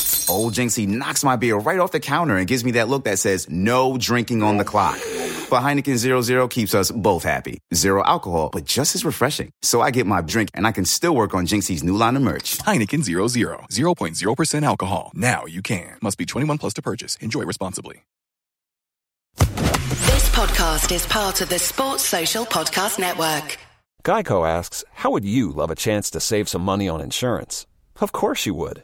old Jinxie knocks my beer right off the counter and gives me that look that says, no drinking on the clock. But Heineken 00 keeps us both happy. Zero alcohol, but just as refreshing. So I get my drink and I can still work on Jinxie's new line of merch. Heineken 00, 0.0% alcohol. Now you can. Must be 21 plus to purchase. Enjoy responsibly. This podcast is part of the Sports Social Podcast Network. Geico asks, How would you love a chance to save some money on insurance? Of course you would.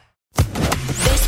This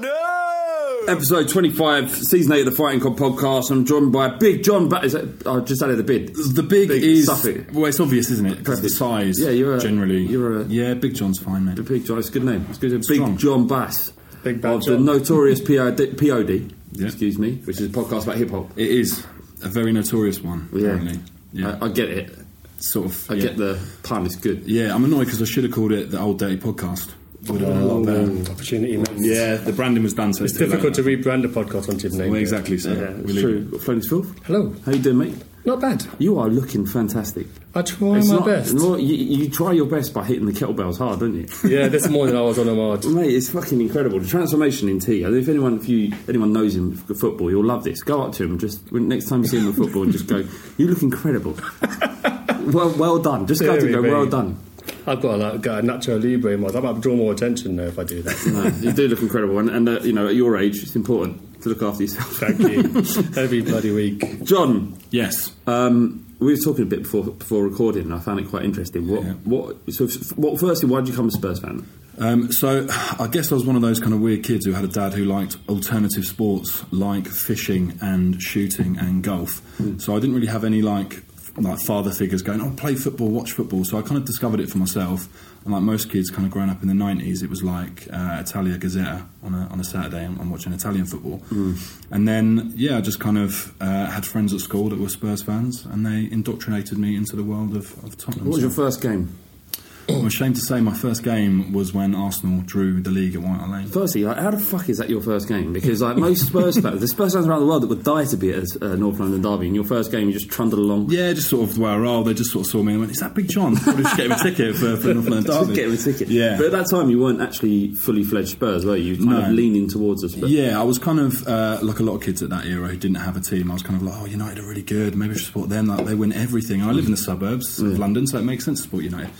no! Episode 25, season 8 of the Fighting Cob podcast. I'm joined by Big John. Ba- is that, I just added a bid. The big, is Suffolk. well, it's obvious, isn't it? 'Cause the Preface. size. Yeah, you're a- generally. you're a- yeah, Big John's fine, man. Big John, it's a good name. It's good. Big Strong. John Bass. Big Bad Of the John. notorious POD, POD Yeah. excuse me, which is a podcast about hip hop. It is a very notorious one. Yeah. apparently. yeah. I, I get it. sort of. I yeah. get the pun. It's good. Yeah, I'm annoyed because I should have called it the Old Dirty Podcast. Would have been a lot better. uh, opportunity. Man. Yeah, the branding was done. So It's difficult to rebrand a podcast once you've named Well, it. exactly. So Yeah, it's we leave true. Friends Phil, Hello. how you doing, mate? Not bad. You are looking fantastic. I try my not, best. no, you, you try your best by hitting the kettlebells hard, don't you? yeah, this morning I was on a march. Mate, it's fucking incredible. The transformation in T. I mean, if anyone, if you, anyone knows him for football, you'll love this. Go up to him, just when, next time you see him in football, just go, "You look incredible." well, well done. Just go to Very, go, very- "Well done." I've got a, like, got a natural libre in my. I might draw more attention now if I do that. No, you do look incredible, and, and uh, you know, at your age, it's important to look after yourself. Thank you. Every bloody week. John. Yes. Um, we were talking a bit before before recording, and I found it quite interesting. What, Yeah. what, so, f- what? Firstly, why did you come to Spurs fan? Um, so I guess I was one of those kind of weird kids who had a dad who liked alternative sports like fishing and shooting and golf. Hmm. So I didn't really have any like f- like father figures going, "Oh, play football, watch football." So I kind of discovered it for myself. And like most kids, kind of growing up in the '90s, it was like uh, Italia Gazzetta on a, on a Saturday. I'm, I'm watching Italian football, Hmm. and then yeah, I just kind of uh, had friends at school that were Spurs fans, and they indoctrinated me into the world of, of Tottenham. What was So- your first game? I'm ashamed to say my first game was when Arsenal drew the league at White Hart Lane. Firstly, like, how the fuck is that your first game? Because like most Spurs fans, there's Spurs fans around the world that would die to be at a uh, North London derby. And your first game, you just trundled along. Yeah, just sort of where I rolled, they just sort of saw me and went, "Is that Big John?" Probably just get him a ticket for, for North London Just Derby. get him a ticket. Yeah, But at that time, you weren't actually fully fledged Spurs, were you? You were kind of No. leaning towards us. Spurs. yeah. I was kind of uh, like a lot of kids at that era who didn't have a team. I was kind of like, "Oh, United are really good. Maybe I should support them. Like they win everything." And I live in the suburbs of London, so it makes sense to support United.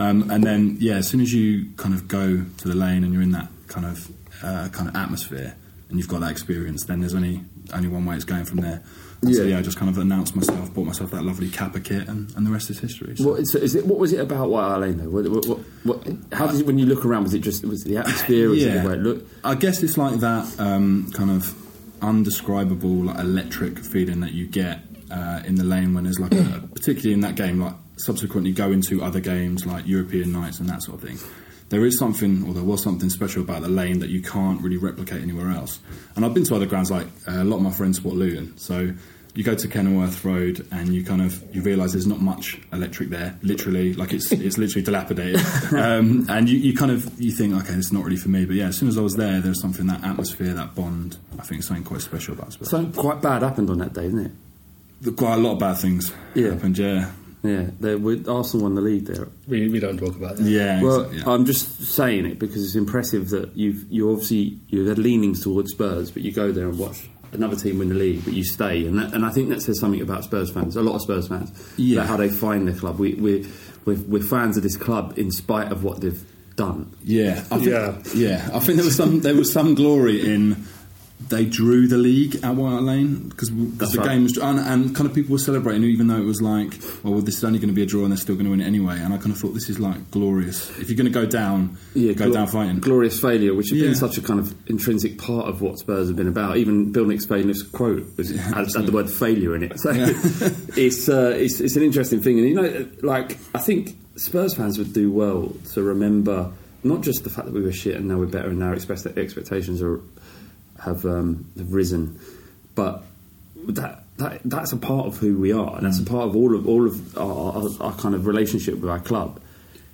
Um, and then yeah, as soon as you kind of go to the lane and you're in that kind of uh, kind of atmosphere and you've got that experience, then there's only only one way it's going from there. And So Yeah. yeah, I just kind of announced myself, bought myself that lovely Kappa kit, and, and the rest is history. So. What, is, is it, what was it about White Hart Lane though? What, what, what, what, how did you, when you look around, was it just was it the atmosphere? Was it the way it looked? I guess it's like that um, kind of undescribable, like electric feeling that you get uh, in the lane when there's like a, particularly in that game like subsequently go into other games like European nights and that sort of thing there is something or there was something special about the lane that you can't really replicate anywhere else and I've been to other grounds like uh, a lot of my friends support Luton so you go to Kenilworth Road and you kind of you realise there's not much electric there literally like it's it's literally dilapidated um, and you, you kind of you think okay it's not really for me but yeah as soon as I was there there was something that atmosphere that bond I think something quite special about Spurs Something quite bad happened on that day, didn't it? the- quite a lot of bad things Yeah. happened. Yeah, Yeah, they, we, Arsenal won the league there. We, we don't talk about that. yeah. Well, exactly, yeah. I'm just saying it because it's impressive that you've you obviously you had leanings towards Spurs, but you go there and watch another team win the league, but you stay, and that, and I think that says something about Spurs fans. A lot of Spurs fans, Yeah. about how they find their club. We we we're, we're fans of this club in spite of what they've done. yeah, I think, Yeah. yeah. I think there was some there was some glory in they drew the league at White Hart Lane because That's the right. game was and, and kind of people were celebrating even though it was like "Oh, well, well this is only going to be a draw and they're still going to win it anyway and I kind of thought this is like glorious if you're going to go down go glo- down fighting Glorious failure, which has Yeah. been such a kind of intrinsic part of what Spurs have been about. Even Bill Nickspainless quote was, had, had the word failure in it. So it's, uh, it's it's an interesting thing, and you know, like I think Spurs fans would do well to remember not just the fact that we were shit and now we're better and now expect- expectations are have um, have risen, but that. That, that's a part of who we are. That's a part of all of all of our, our, our kind of relationship with our club.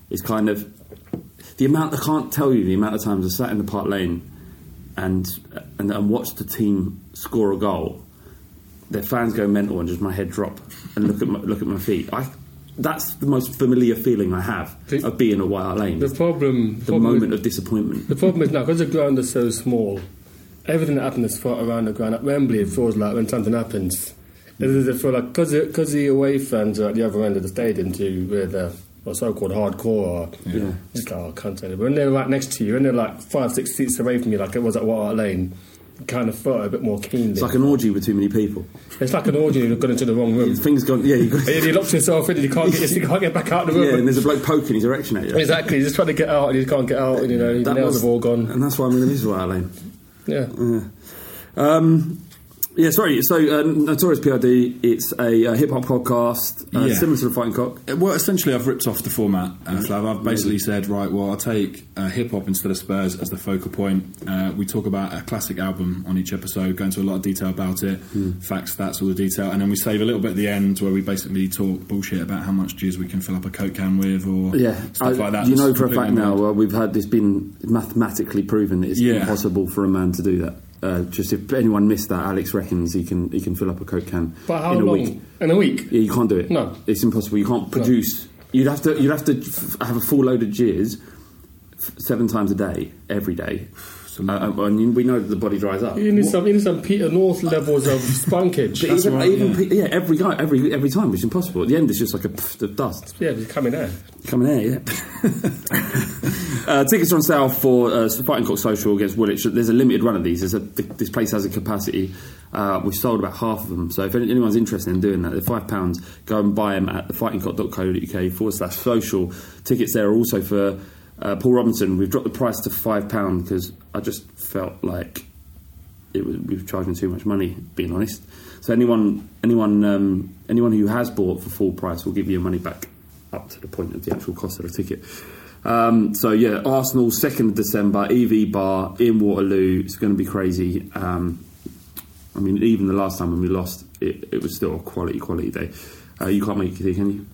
It's kind of the amount I can't tell you the amount of times I sat in the park lane and and, and watched the team score a goal. Their fans go mental and just my head drop and look at my, look at my feet. I that's the most familiar feeling I have The- of being at White Hart Lane. The problem. the problem moment is, of disappointment. The problem is now because the ground is so small, everything that happens for around the ground at Wembley. It feels like when something happens, it is- it feel like because because the away fans are at the other end of the stadium too, where the or so-called hardcore, or Yeah. just like oh, I can't say it. But when they're right next to you, and they're like five six seats away from you, like it was at Water Lane, you kind of felt a bit more keenly. It's like an orgy with too many people. it's like an orgy. You're going into the wrong room. Things gone. Yeah, you got, you locked yourself in. And you can't get you can't get back out of the room. yeah, and there's a bloke poking his erection at you. Exactly, he's just trying to get out and he can't get out, and you know, his That nails was- Mm. have all gone. and that's why I'm going to miss White Hart Lane. Yeah. Um, yeah, sorry. So, uh, Notorious PRD, it's a, uh hip hop podcast uh, Yeah. similar to the Fighting Cock. Uh, Well, essentially, I've ripped off the format, Mm-hmm. uh, Flav. I've basically said, right, well, I'll take uh, hip hop instead of Spurs as the focal point. Uh, we talk about a classic album on each episode, go into a lot of detail about it, Mm. facts, stats, all the detail, and then we save a little bit at the end where we basically talk bullshit about how much juice we can fill up a coke can with or Yeah, stuff I- like that. You It's know for a completely fact now, mad. well, we've had this been mathematically proven that it's Yeah. impossible for a man to do that. Uh, just if anyone missed that, Alex reckons he can he can fill up a coke can But how in a long? week. In a week? Yeah, you can't do it. No. it's impossible. You can't produce. You'd have to you'd have to f- have a full load of jizz f- seven times a day, every day. Uh, uh, and you- we know that the body dries up. You need some, you need some Peter North levels of spunkage. But even, right, even yeah. pe- yeah. every guy, every every time, it's impossible. At the end, it's just like a pfft of dust. yeah, it's coming out. Coming here, yeah. uh, tickets are on sale for uh, Fighting Cock Social against Woolwich. There's a limited run of these. There's a, th- this place has a capacity. Uh, we've sold about half of them. So if any- anyone's interested in doing that, they're £5. pounds. Go and buy them at thefightingcock.co.uk forward slash social. Tickets there are also for uh, Paul Robinson. We've dropped the price to £5 pound because I just felt like it was, we were charging too much money, being honest. So anyone, anyone, um, anyone who has bought for full price will give you your money back up to the point of the actual cost of the ticket. Um, so yeah, Arsenal, second of December, EV Bar in Waterloo. It's going to be crazy. Um, I mean, even the last time when we lost, it, it was still a quality, quality day. Uh, you can't make it, can you?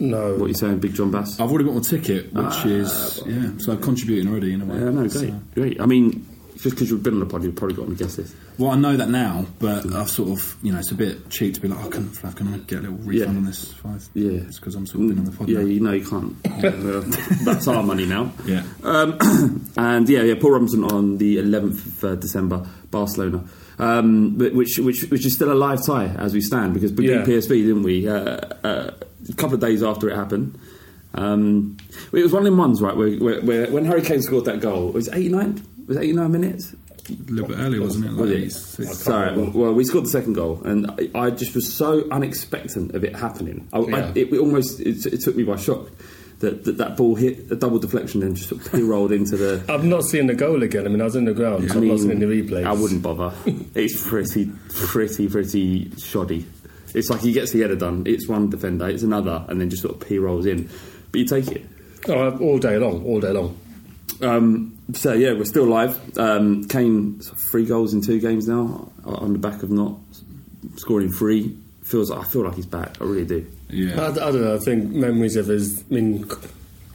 No. What are you saying, Big John Bass? I've already got my ticket, which is, yeah, so I'm contributing already in a way. Ah. yeah, no, great, So- great. I mean, just because you've been on the pod, you've probably got on the guest list. Well, I know that now, but I've sort of, you know, it's a bit cheap to be like, oh, can, Flav, can I get a little refund Yeah. on this five? Yeah, It's because I'm sort of been on the pod. Yeah, now. you know you can't. Uh, that's our money now. Yeah. Um, and yeah, yeah, Paul Robinson on the 11th of uh, December, Barcelona, um, but which which which is still a live tie as we stand because we Yeah. beat PSV, didn't we? Uh, uh, a couple of days after it happened. Um, it was one of them ones, right? Where, where, where when Harry Kane scored that goal, it was 89. Was it 89 minutes? A little bit earlier, wasn't it? Like Was it? eight, six- Sorry. Well, we scored the second goal, and I, I just was so unexpectant of it happening. I, I, Yeah. it, it almost it, it took me by shock that, that that ball hit a double deflection and just sort of rolled into the. I've not seen the goal again. I mean, I was in the ground, so I've not seen the replay. I wouldn't bother. it's pretty, pretty, pretty shoddy. It's like he gets the header done. It's one defender, it's another, and then just sort of p rolls in. But you take it. Oh, all day long, all day long. Um, so yeah, we're still live. Um, Kane sort of three goals in two games now on the back of not scoring three. Feels I feel like he's back. I really do. Yeah. I, I don't know. I think memories of his. I mean,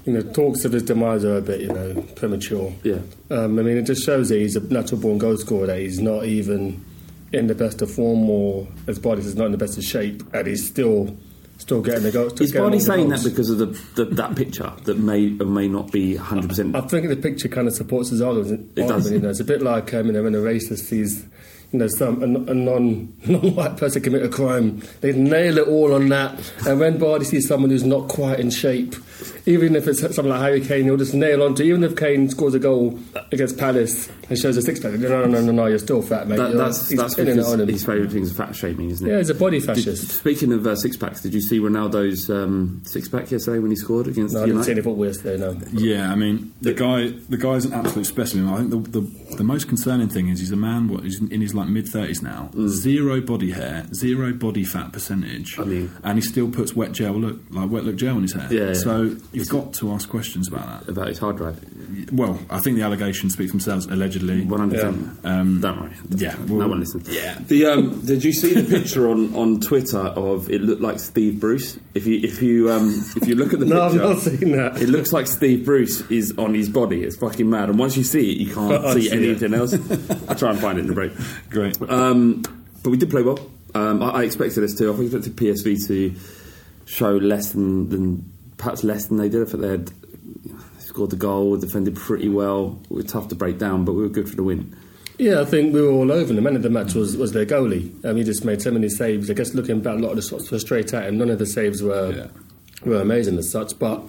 you know, talks of his demise are a bit, you know, premature. Yeah. Um, I mean, it just shows that he's a natural-born goal scorer. That he's not even in the best of form, or his body's is not in the best of shape, and he's still still getting the goal. still Is getting all Barney the saying goals. that because of the, the that picture that may or may not be hundred percent? I think the picture kind of supports his argument. It does. argument, You know, it's a bit like um, you know when a racist sees, you know, some a, n- a non non-white person commit a crime, they nail it all on that. And when Bardi sees someone who's not quite in shape, even if it's someone like Harry Kane, he'll just nail onto. Even if Kane scores a goal against Palace and shows a six pack, no, no, no, no, no, you're still fat, mate. That, You're- that's he's that's pinning it on because him. his favourite thing is fat shaming, isn't it? Yeah, he's a body Did- fascist. speaking of uh, six packs, did you see Ronaldo's um, six pack yesterday when he scored against No, I didn't see United? any football yesterday. No. Yeah, I mean the guy the guy's an absolute specimen. I think the, the the most concerning thing is he's a man what he's in his like mid thirties now, zero body hair, zero body fat percentage, Mm. I mean- and he still puts wet gel look like wet look gel in his hair. Yeah, yeah. So you've got to ask questions about that. about his hard drive. Well, I think the allegations speak for themselves. Allegedly, One hundred percent. Um, Don't worry. yeah, no well- one listens. Yeah. The um, did you see the picture on, on Twitter of it looked like Steve Bruce? If you if you um, if you look at the No, I've picture, not seen that. It looks like Steve Bruce is on his body. It's fucking mad. And once you see it, you can't I see, see it. anything else. I'll try and find it in the break. Great. Um, but we did play well. Um, I, I expected us to. I expected PSV to show less than, than perhaps less than they did. I think they had you know, scored the goal, defended pretty well. We were tough to break down, but we were good for the win. Yeah, I think we were all over. him. The man of the match was, was their goalie. Um, he just made so many saves. I guess looking back, a lot of the shots were straight at him. None of the saves were Yeah. were amazing as such. But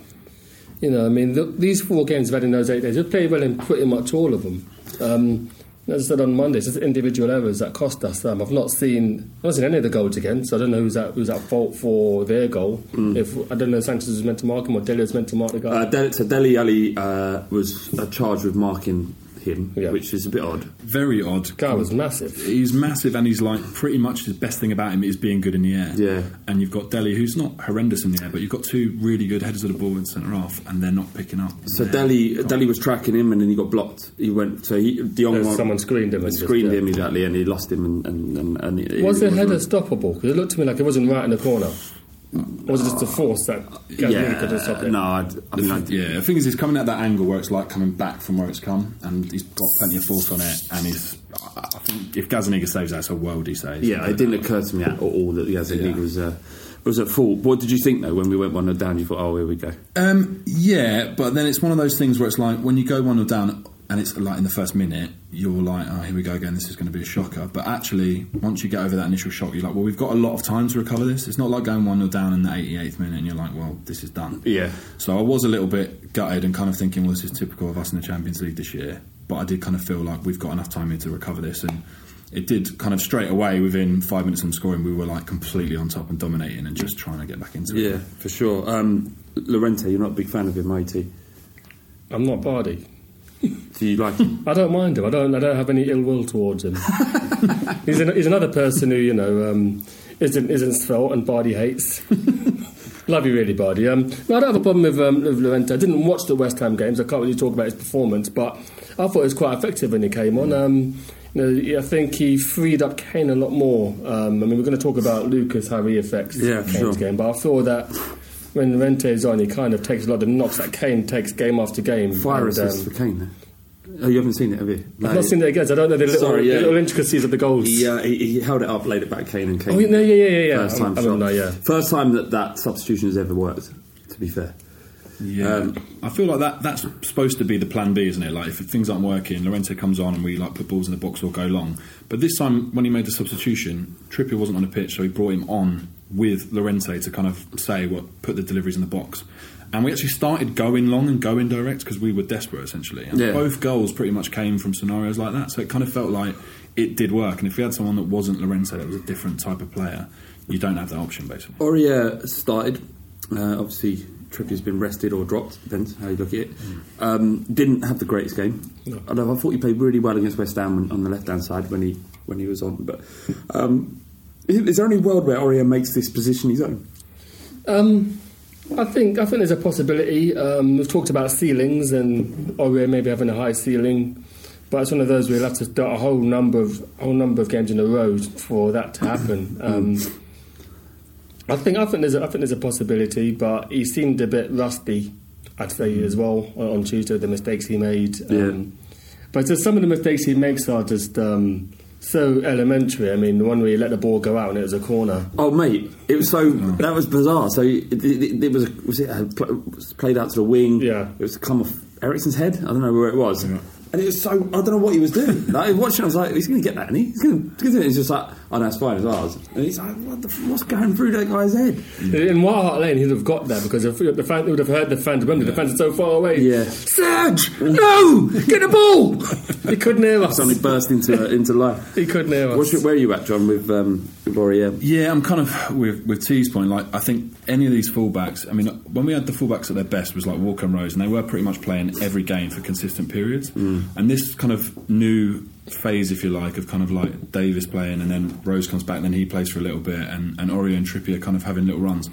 you know, I mean, th these four games we've had in those eight days, we've played well in pretty much all of them. Um, as I said on Monday, it's just individual errors that cost us. Um, I've not seen I've not seen any of the goals again, so I don't know who's at who's at fault for their goal. If I don't know, if Sanchez was meant to mark him or Delia was meant to mark the guy. Uh, Del- so Deli Ali uh, was uh, charged with marking him, Yeah. which is a bit odd. very odd. guy was massive. He's massive, and he's like pretty much his best thing about him is being good in the air. Yeah. and you've got Delhi, who's not horrendous in the air, but you've got two really good headers of the ball in centre half, and they're not picking up. So Yeah. Delhi Delhi was tracking him, and then he got blocked. He went so he the young Yeah, one- someone screened him and just, uh, screened yeah. him exactly, and he lost him. And, and, and, and it- Was it the header wasn't- stoppable? Because it looked to me like it wasn't right in the corner. Or was it just the force that Gaz really couldn't stop it? no, I'd- I, mean, I'd, Yeah, the thing is, he's coming at that angle where it's like coming back from where it's come, and he's got plenty of force on it. And he's, I I think, if Gazaniga saves that, it's a worldy save. yeah, it didn't occur to me at all that the Aztec League Yeah. was uh, was at fault. What did you think though when we went one 0 down? You thought, oh, here we go. Um, yeah, but then it's one of those things where it's like when you go one or down, and it's like in the first minute, you're like, oh, here we go again. This is going to be a shocker. But actually, once you get over that initial shock, you're like, well, we've got a lot of time to recover this. It's not like going one or down in the 88th minute, and you're like, well, this is done. Yeah. So I was a little bit gutted and kind of thinking, well, this is typical of us in the Champions League this year. But I did kind of feel like we've got enough time here to recover this, and it did kind of straight away within five minutes from scoring, we were like completely on top and dominating and just trying to get back into it. Yeah, for sure. Um, Lorente, you're not a big fan of him, are you? T? I'm not Bardi. Do you like him? I don't mind him. I don't. I don't have any ill will towards him. he's, an, he's another person who you know um, isn't isn't svelte and Bardi hates. Love you really, Bardi. Um, no, I don't have a problem with, um, with Lorente. I didn't watch the West Ham games. I can't really talk about his performance, but I thought it was quite effective when he came on. Mm. Um, you know, I think he freed up Kane a lot more. Um, I mean, we're going to talk about Lucas Harry effects Yeah, Kane's sure. game, but I feel that when Lorente is on, he kind of takes a lot of knocks that Kane takes game after game. Fire And, assist um, for Kane. then. Oh, you haven't seen it, have you? I've not seen that again. so I don't know the little, Sorry, yeah. the little intricacies of the goals. He, uh, he, he held it up, laid it back, Kane and Kane. Oh, yeah, yeah, yeah, yeah, yeah. First I- time I shot. remember that, yeah. First time that that substitution has ever worked. To be fair, Yeah, Um, I feel like that that's supposed to be the plan B, isn't it? Like if things aren't working, Lorente comes on and we like put balls in the box or go long. But this time when he made the substitution, Trippier wasn't on the pitch, so he brought him on with Lorente to kind of say what put the deliveries in the box. And we actually started going long and going direct because we were desperate essentially. And Yeah. both goals pretty much came from scenarios like that. So it kind of felt like it did work. And if we had someone that wasn't Lorente, that was a different type of player, you don't have that option basically. Aurier started. Uh, obviously, Trippier's been rested or dropped, depends how you look at it. Hmm. Um, didn't have the greatest game. Although I thought he played really well against West Ham on, on the left hand side when he when he was on. But um, Is there any world where Aurier makes this position his own? Um, I think I think there's a possibility. Um, we've talked about ceilings and Oriel maybe having a high ceiling, but it's one of those where you'll have to start a whole number of whole number of games in a row for that to happen. Um, I think I think there's a, I think there's a possibility, but he seemed a bit rusty. I'd say as well on, on Tuesday the mistakes he made. Um, But just some of the mistakes he makes are just um, so elementary. I mean, the one where he let the ball go out and it was a corner. Oh mate, it was so that was bizarre. So it, it, it was was it uh, pl- was played out to the wing? Yeah. it was come off Ericsson's head. I don't know where it was, and it was so I don't know what he was doing. like, I was watching, I was like, he's going to get that, and he? he's going to do it. He's just like, oh no, it's fine, it's ours. And he's like, what the, f- what's going through that guy's head? In White Hart Lane, he'd have got there because if the fan, they would have heard the fans. Remember, the fans are so far away. Yeah. Mm. Serge, no, get the ball. he couldn't hear us. Suddenly burst into uh, into life. He couldn't hear us. What's your- where are you at, John, with um, with Aurier? Yeah, I'm kind of with with T's point. Like, I think any of these fullbacks. I mean, when we had the fullbacks at their best was like Walker and Rose, and they were pretty much playing every game for consistent periods. And this kind of new phase, if you like, of kind of like Davis playing, and then Rose comes back, and then he plays for a little bit, and and Aurier and Trippier kind of having little runs.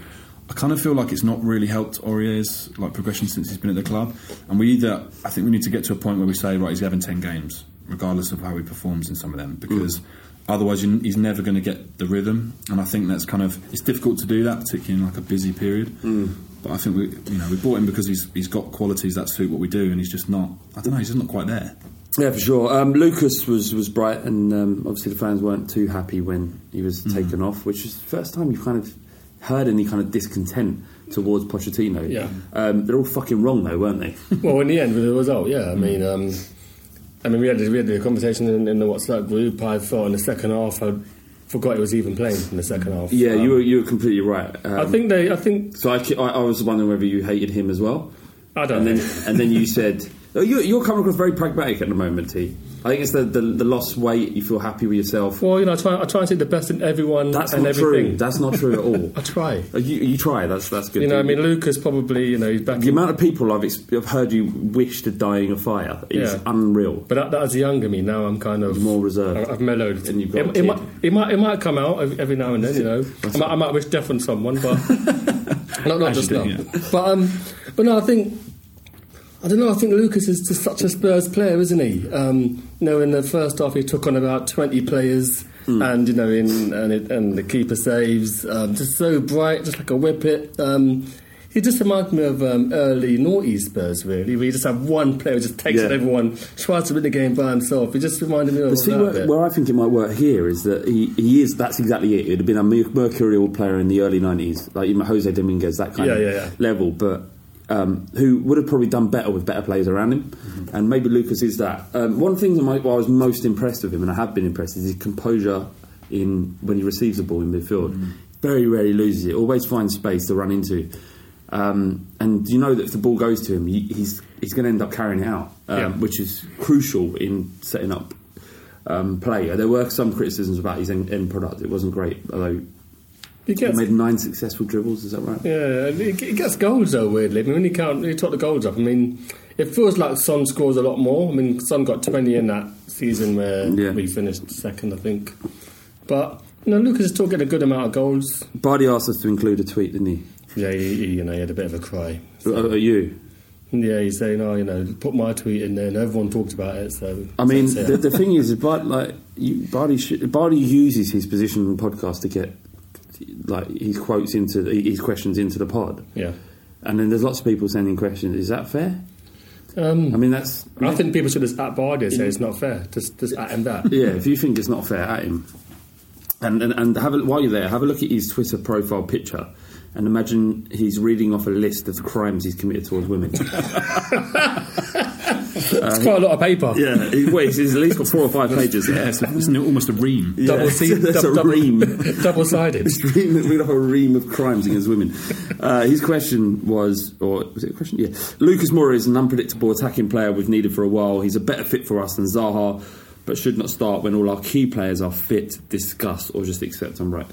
I kind of feel like it's not really helped Aurier's like progression since he's been at the club. And we either, I think we need to get to a point where we say, right, he's having ten games, regardless of how he performs in some of them, because otherwise you, he's never going to get the rhythm. And I think that's kind of it's difficult to do that, particularly in like a busy period. But I think we, you know, we bought him because he's he's got qualities that suit what we do, and he's just not. I don't know, he's just not quite there. Yeah, for sure. Um, Lucas was, was bright, and um, obviously the fans weren't too happy when he was Mm-hmm. taken off, which is the first time you've kind of heard any kind of discontent towards Pochettino. Yeah. Um, they're all fucking wrong, though, weren't they? well, in the end, with the result, yeah. I mean, um, I mean, we had we had the conversation in, in the WhatsApp group. I thought in the second half, I forgot he was even playing in the second half. yeah, Um, you, were, you were completely right. Um, I think they. I think So I, ki- I, I was wondering whether you hated him as well. I don't And then, know. and then you said, oh, you, you're coming across very pragmatic at the moment, T. I think it's the, the, the lost weight, you feel happy with yourself. Well, you know, I try. I try and see the best in everyone That's and not everything. true. That's not true at all. I try. Uh, You, you try, that's, that's good. You know, I Dude. mean, Lucas probably. You know, he's back. The in- amount of people I've, ex- I've heard you wish to die in a fire is Yeah. unreal. But that, that as a younger me, now I'm kind of More reserved. I- I've mellowed. And you've got it, a it kid. might, it might it might come out ev- every now and then, you know. I might, I might wish death on someone, but not not just now. Actually, yeah. But um, but no, I think I don't know. I think Lucas is just such a Spurs player, isn't he? Um, you know, in the first half he took on about twenty players, Hmm. and you know, in and, it, and the keeper saves, um, just so bright, just like a whippet. Um, he just reminds me of um, early naughty Spurs, really. Where you just have one player who just takes Yeah. it everyone, tries to win the game by himself. He just reminded me of But see, that where, bit. where I think it might work here is that he, he is, that's exactly it. It would have been a mer- mercurial player in the early 90s, like you know, Jose Dominguez, that kind Yeah, of yeah, yeah. level, but um, who would have probably done better with better players around him. Mm-hmm. And maybe Lucas is that. Um, one thing that my, well, I was most impressed with him, and I have been impressed, is his composure in when he receives the ball in midfield. Mm-hmm. Very rarely loses it, always finds space to run into. Um, and you know that if the ball goes to him, he, he's, he's going to end up carrying it out, um, Yeah. which is crucial in setting up um, play. There were some criticisms about his end, end product. It wasn't great, although he he gets, made nine successful dribbles. Is that right? yeah, and he, he gets goals though. Weirdly, I mean, when he can't, he took the goals up. I mean, it feels like Son scores a lot more. I mean, Son got twenty in that season where Yeah. we finished second, I think. But you know, Lucas is still getting a good amount of goals. Bardi asked us to include a tweet, didn't he? Yeah, he, he, you know, he had a bit of a cry. Uh, you. Yeah, he's saying, "Oh, you know, put my tweet in there," and everyone talked about it. So I mean, so, yeah. the, the thing is, but like you, Bardi, sh- Bardi uses his position on the podcast to get like his quotes into his questions into the pod. Yeah. And then there's lots of people sending questions. Is that fair? Um, I mean, that's I think people should just at Bardi and say it's not fair. Just, just at him that. yeah, if you think it's not fair at him, and and, and have a, while you're there, have a look at his Twitter profile picture, and imagine he's reading off a list of crimes he's committed towards women. It's quite a lot of paper. yeah, he, well, he's, he's at least got four or five pages Yeah, there. it's, it's almost a ream. Double C- that's dub- a dub- ream. Double sided. It's ream, we have a ream of crimes against women. Uh, his question was, or was it a question? Yeah. Lucas Moura is an unpredictable attacking player we've needed for a while. He's a better fit for us than Zaha, but should not start when all our key players are fit. Discuss or just accept I'm right.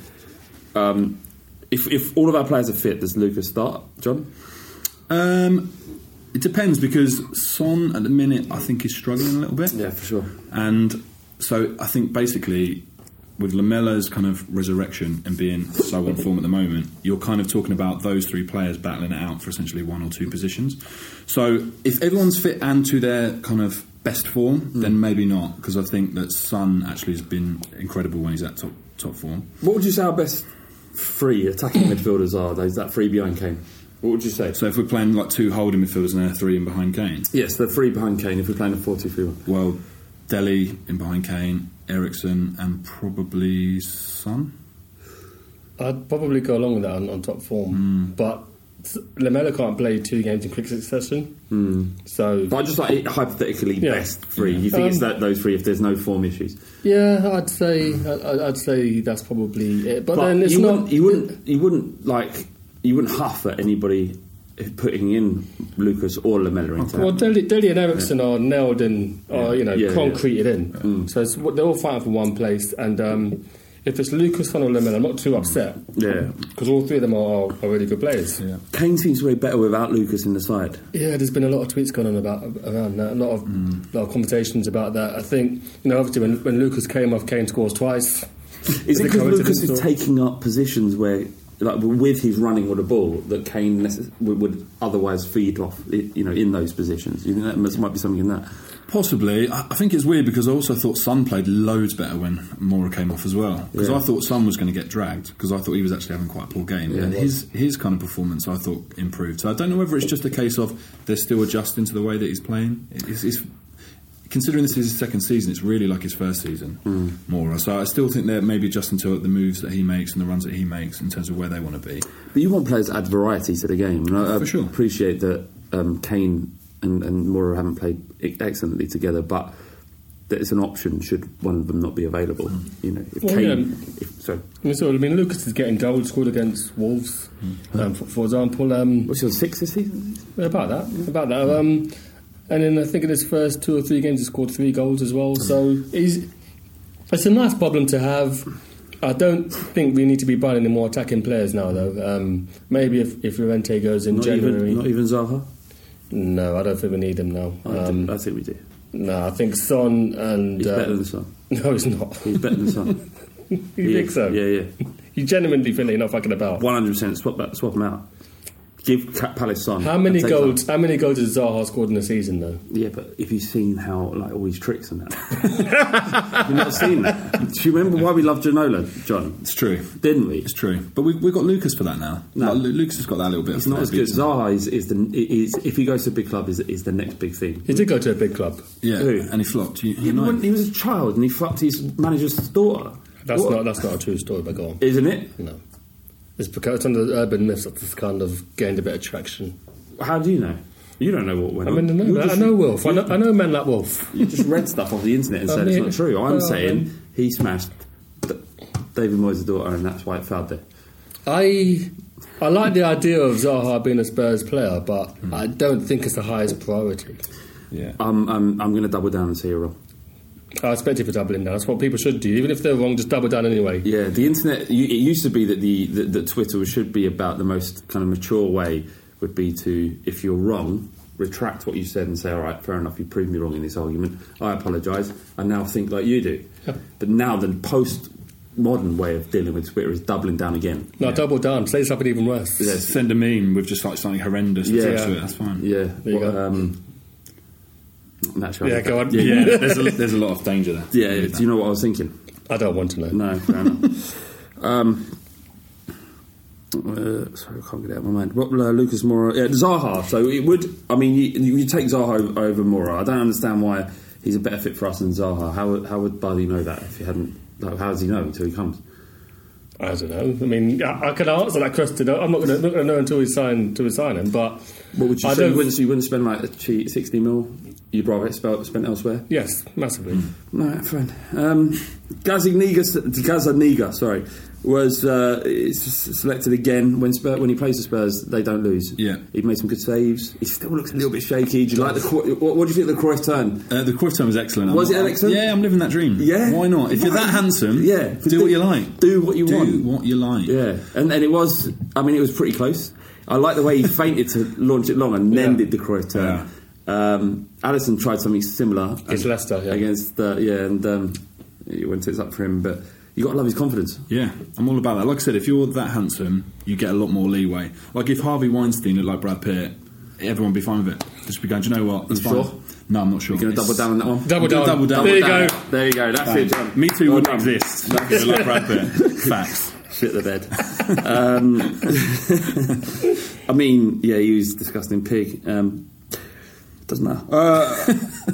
Um, if, if all of our players are fit, does Lucas start, John? Um, it depends because Son at the minute I think is struggling a little bit. Yeah, for sure. And so I think basically with Lamella's kind of resurrection and being so on form at the moment, you're kind of talking about those three players battling it out for essentially one or two positions. So if everyone's fit and to their kind of best form, then maybe not because I think that Sun actually has been incredible when he's at top top form. What would you say our best three attacking midfielders are? Those that three behind Kane. What would you say? So if we're playing like two holding midfielders and they're three in behind Kane, yes, the three behind Kane. If we're playing a four-two-three-one, well, Delhi in behind Kane, Ericsson, and probably Sun. I'd probably go along with that on, on top Hmm. form, but s- Lamella can't play two games in quick succession. Hmm. So but I just like hypothetically Yeah. best three. You think it's Um, that those three if there's no form issues? yeah, I'd say I- I'd say that's probably it. But, But then it's you not wouldn't, you wouldn't you wouldn't like you wouldn't huff at anybody putting in Lucas or Lamella into Well, that. Delhi, Delhi and Ericsson are nailed in, are you know, Yeah, yeah. concreted in. Hmm. So it's, they're all fighting for one place. And um, if it's Lucas, Son, or Lemon, I'm not too upset Yeah. because all three of them are, are really good players. Yeah. Kane seems to be better without Lucas in the side. there's been a lot of tweets going on about around that, a lot of, Mm. lot of conversations about that. I think you know, obviously when, when Lucas came off, Kane scores twice. Is it it because Lucas is coincidence or- taking up positions where, like, with his running with the ball, that Kane necess- would, would otherwise feed off, i- you know, in those positions? You think that must, might be something in that? Possibly. I I think it's weird because I also thought Sun played loads better when Mora came off as well. Because Yeah. I thought Sun was going to get dragged because I thought he was actually having quite a poor game. and his, his kind of performance I thought improved. So I don't know whether it's just a case of they're still adjusting to the way that he's playing. It's, it's, considering this is his second season, it's really like his first season, Hmm. Mora. So I still think they're maybe adjusting to the moves that he makes and the runs that he makes in terms of where they want to be. But you want players to add variety to the game, and I, I For sure. appreciate that um, Kane and, and Mora haven't played e- excellently together, but that it's an option should one of them not be available. You know, if Well, Kane, yeah. if, sorry, I mean, so, I mean, Lucas is getting goals scored against Wolves, um, for, for example. Um, Mm-hmm. what's your six this season? About that, about that. Um, and then I think in his first two or three games, he scored three goals as well. So Mm-hmm. he's, it's a nice problem to have. I don't think we need to be buying any more attacking players now, though. Um, maybe if, if Llorente goes in Not January. even, not even Zaha. no, I don't think we need him now. I, Um, I think we do. no, I think Son and. He's uh, better than Son. No, he's not. He's better than Son. you yeah, think so? Yeah, yeah. You genuinely feel that you're not fucking about. One hundred percent. Swap that. Swap them out. Give Ca- Palace Son. How many and take goals? Son. How many goals has Zaha scored in a season, though? Yeah, but if you've seen how like all these tricks and that, you've not seen that. Do you remember why we loved Janola, John? It's true. Didn't we? It's true. But we've, we've got Lucas for that now. No. Like, Lu- Lucas has got that little bit It's of not as good. beats him. Zaha is, is the is, if he goes to a big club is is the next big thing. He did go to a big club. Yeah, Who? and he flopped. You, He, United. wouldn't- he was a child and he fucked his manager's daughter. That's What- not. That's not a true story. But go on. isn't it? No. It's because it's under urban myths that's kind of gained a bit of traction. How do you know? You don't know what went I on. mean, I know, You that- I just- know Wolf. I know, I know men like Wolf. You just read stuff off the internet and I said mean- it's not true. I'm well, saying then. he smashed D- David Moyes' daughter, and that's why it failed there. I I like the idea of Zaha being a Spurs player, but Hmm. I don't think it's the highest priority. yeah. I'm, I'm, I'm going to double down and say you're wrong. I expect you for doubling down. That's what people should do. Even if they're wrong, just double down anyway. Yeah, the internet. You, it used to be that the that, that Twitter should be about the most kind of mature way would be to if you're wrong, retract what you said and say, all right, fair enough, you proved me wrong in this argument. I apologise. I now think like you do. But now the post modern way of dealing with Twitter is doubling down again. No, double down. Say something even worse. Yeah. Send a meme with just like something horrendous Yeah. attached to it. That's fine. Yeah. There you what, go. Um, natural. Yeah, go on. Yeah, there's a, there's a lot of danger there. Yeah, yeah, do you know what I was thinking? I don't want to know. No, fair enough. Um, uh, sorry, I can't get it out of my mind. What, uh, Lucas Mora, yeah, Zaha. So it would. I mean, you, you take Zaha over, over Mora. I don't understand why he's a better fit for us than Zaha. How would- how would Buddy know that if he hadn't? Like, how does he know until he comes? I don't know. I mean, I, I could answer that question. I'm not going to know until we sign until we sign him. But What would you I say? You don't- wouldn't, you wouldn't spend like a cheap sixty mil. You'd rather it spent, spent elsewhere. yes, massively. No, fine. Um, Gazaniga, Gazaniga, sorry, was uh, s- selected again when Spur, when he plays the Spurs. They don't lose. Yeah. he made some good saves. He still looks a little bit shaky. Do you like the Cro- what, what do you think of the Cruyff turn? Uh, the Cruyff term is excellent. Was I'm- it excellent? Yeah, I'm living that dream. Yeah, Why not? If you're that Why- handsome, yeah, do, what you like. Do what you Do want. what you like. Yeah, and and it was. I mean, it was pretty close. I like the way he fainted to launch it long and then did the Cruyff turn. Um, Allison tried something similar Against um, Leicester, yeah. Against uh, yeah, and um, it went tits up for him, but. you got to love his confidence. Yeah, I'm all about that. Like I said, if you're that handsome, you get a lot more leeway. Like if Harvey Weinstein looked like Brad Pitt, everyone would be fine with it. Just be going, do you know what? That's You fine. sure? No, I'm not sure. You're going to double It's- down on that one. Double Do down. double down. There you Double go. down. There you go. That's it, John. Me too Well wouldn't done. exist. If you look like Brad Pitt. Facts. Shit the bed. um, I mean, yeah, he was a disgusting pig. Um, doesn't matter. Uh,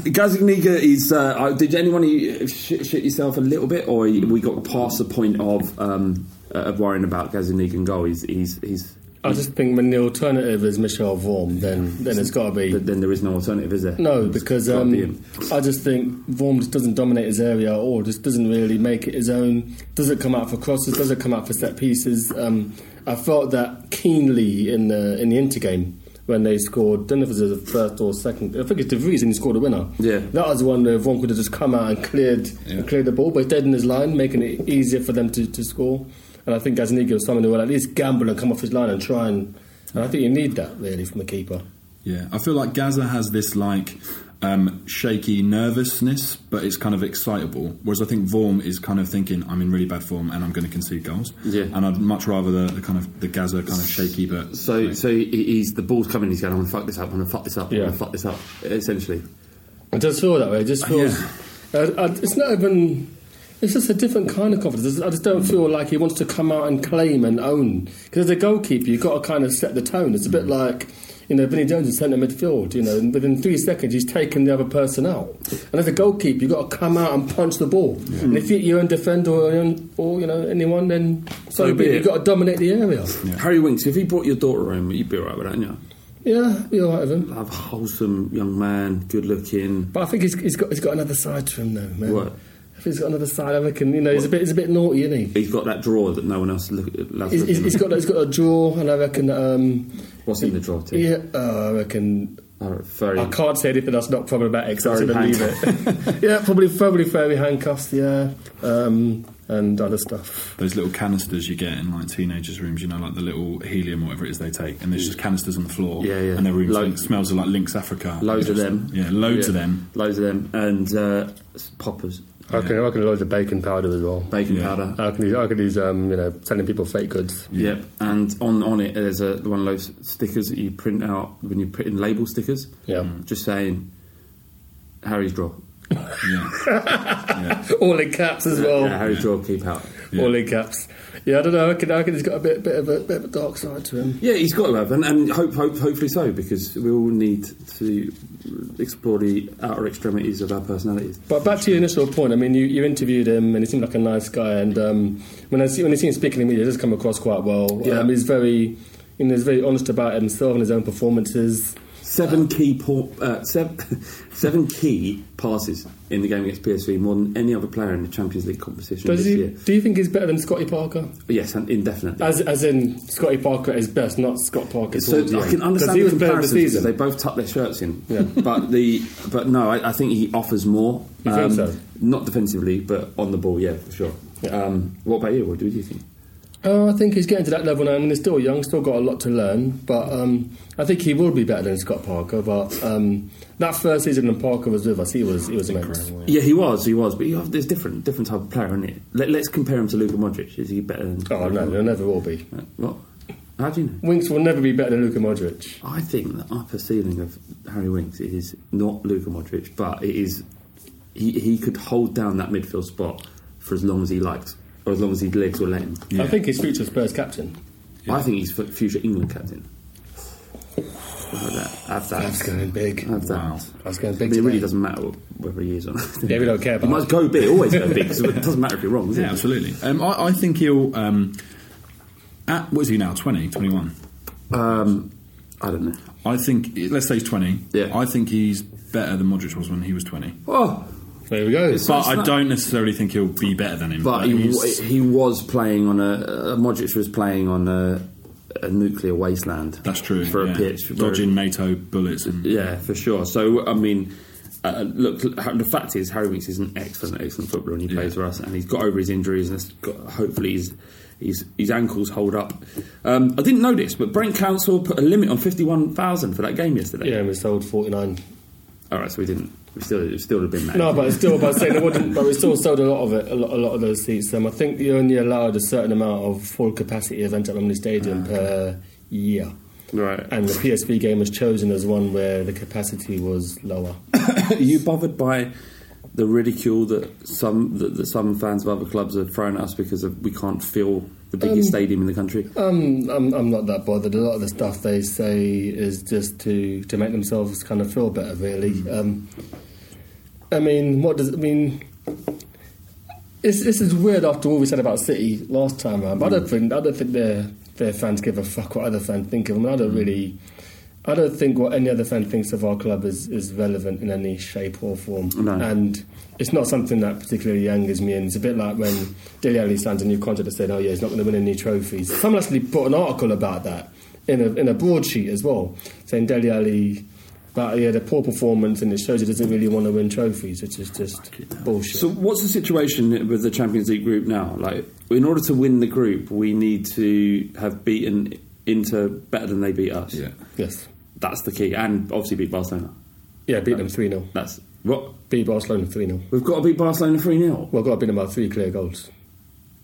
Gazigniga is. Uh, uh, did anyone of you shit, shit yourself a little bit, or you- we got past the point of um, uh, of worrying about Gazigniga and goal? He's, he's, he's, I just think when the alternative is Michelle Vorm, then then it's got to be then there is no alternative, is there? No, It's because gotta um, be him. I just think Vorm just doesn't dominate his area or just doesn't really make it his own. Doesn't come out for crosses. Doesn't come out for set pieces. Um, I felt that keenly in the in the intergame when they scored. Don't know if it was the first or second. I think it's De Vries and he scored a winner. Yeah. that was one where Vorm could have just come out and cleared and cleared the ball, but he stayed in his line, making it easier for them to, to score. And I think Gazaniga was someone who will at least gamble and come off his line and try and. And I think you need that really from a keeper. Yeah, I feel like Gaza has this like um, shaky nervousness, but it's kind of excitable. Whereas I think Vorm is kind of thinking, I'm in really bad form and I'm going to concede goals. Yeah. and I'd much rather the, the kind of the Gaza kind of shaky, but So, so he- he's the ball's coming. He's going, "I'm gonna fuck this up. I'm gonna fuck this up. I'm Yeah. gonna fuck this up." Essentially, It does feel that way. It just feels. Uh, uh, it's not even. It's just a different kind of confidence. I just don't feel like he wants to come out and claim and own. Because as a goalkeeper, you've got to kind of set the tone. It's a bit like, you know, Vinnie Jones in centre midfield. You know, and within three seconds, he's taken the other person out. And as a goalkeeper, you've got to come out and punch the ball. And if you- you're in defender or, you're in- or you know anyone, then so, So be be it. it. You've got to dominate the area. Harry Winks. If he brought your daughter home, you'd be alright with that, yeah. Yeah, you're right with him. Love, wholesome young man, good looking. But I think he's, he's got he's got another side to him though, man. What? I think he's got another side. I reckon you know he's a bit he's a bit naughty, isn't he? He's got that drawer that no one else look, loves. He's, he's, looking he's at. got he's got a draw, and I reckon um, What's in the drawer, Tim? yeah, oh, I reckon I don't know, furry. I can't say anything that's not problematic, so Furry I'm going to leave handcuffs. it. yeah, probably probably furry handcuffs, yeah, um, and other stuff. those little canisters you get in like teenagers' rooms, you know, like the little helium, whatever it is they take, and there's just canisters on the floor. Yeah, yeah. And their room Loads. smells of like Lynx Africa. Loads of Just- them. Yeah, loads of them. Loads of them. And uh, s- poppers, I can I can loads of bacon powder as well. baking Yeah. powder. I can use, I can use um, you know selling people fake goods. Yep. And on on it, there's a, one of those stickers that you print out when you're printing label stickers. Yeah. Mm. Just saying, Harry's draw. Yeah. All in caps as Oh, well. Yeah, Harry's draw, keep out. All in caps. Yeah, I don't know. I reckon, I reckon he's got a bit, bit, of a, bit of a dark side to him. Yeah, he's got to have, and, and hope, hope, hopefully so, because we all need to explore the outer extremities of our personalities. But back to your initial point, I mean, you, you interviewed him and he seemed like a nice guy. And um, when I see when you see him speaking in the media, it does come across quite well. Yeah. Um, he's very, you know, he's very honest about himself and his own performances. Seven key por- uh, seven, seven key passes in the game against PSV more than any other player in the Champions League competition Does this he? year. Oh, Do you think he's better than Scotty Parker? Yes, and indefinitely. As as in Scotty Parker at his best, not Scott Parker. so towards the I end. can 'Cause understand he the was better this comparison because season. they both tuck their shirts in. Yeah. but the but no, I, I think he offers more. Um, You think so? Not defensively, but on the ball, yeah, for sure. Um, what about you? What do you think? Oh, I think he's getting to that level now. I mean, he's still young, still got a lot to learn, but um, I think he will be better than Scott Parker. But um, that first season when Parker was with us, he was he was immense. Yeah, he was, he was, but you have, there's different different type of player, isn't it? Let, let's compare him to Luka Modric. Is he better? Than Oh no, he never will be. Uh, What? How do you know? Winks will never be better than Luka Modric. I think the upper ceiling of Harry Winks is not Luka Modric, but it is he, he could hold down that midfield spot for as long as he likes, or as long as his legs will let him. I think his future Spurs captain. I think he's f- future England captain. Have that. Have that. That's going big. Have that. Wow. That's going But big. it really today. doesn't matter whether he is or not. Yeah, we don't care You about must it. go big, always go big, 'cause it doesn't matter if you're wrong, does Yeah, it? absolutely. Um, I, I think he'll. Um, at what is he now? 20, 21? Um, I don't know. I think. Let's say he's twenty. Yeah. I think he's better than Modric was when he was twenty. Oh, There we go. So But it's I not- don't necessarily think he'll be better than him. But he, he's- he was playing on a uh, Modric was playing on a, a nuclear wasteland. that's true for yeah. a pitch. where- dodging Mato bullets and yeah, for sure. So I mean, uh, look, the fact is Harry Winks is an excellent, excellent footballer, and he plays for us, and he's got over his injuries, and has got, hopefully his his his ankles hold up. Um, I didn't know this, but Brent Council put a limit on fifty one thousand for that game yesterday. Yeah, and we sold forty nine. All right, so we didn't. We still, it still would have been mad. No, but it's still about saying they wouldn't. But we still sold a lot of it, a lot, a lot of those seats. Um, I think you're only allowed a certain amount of full capacity event at Wembley Ah, Stadium per year. Right. And the PSV game was chosen as one where the capacity was lower. Are you bothered by the ridicule that some that, that some fans of other clubs have thrown at us because of, we can't fill the biggest stadium in the country? Um, I'm, I'm not that bothered. A lot of the stuff they say is just to, to make themselves kind of feel better, really. Hmm. Um, I mean, what does I mean? It's, this is weird after all we said about City last time round. But I Mm. don't think I don't think their their fans give a fuck what other fans think of them. I Mm. don't really. I don't think what any other fan thinks of our club is, is relevant in any shape or form. No. And it's not something that particularly angers me. And it's a bit like when Dele Alli signed a new contract that said, oh, yeah, he's not going to win any trophies. Someone actually put an article about that in a, in a broadsheet as well, saying Dele Alli, but yeah, the poor performance and it shows he doesn't really want to win trophies, which is just bullshit. So, what's the situation with the Champions League group now? Like, in order to win the group, we need to have beaten Inter better than they beat us. Yeah. yes. that's the key, and obviously beat Barcelona. Yeah, beat them 3 0. That's what Beat Barcelona 3 0. we've got to beat Barcelona three 0 Well, got to beat them by three clear goals.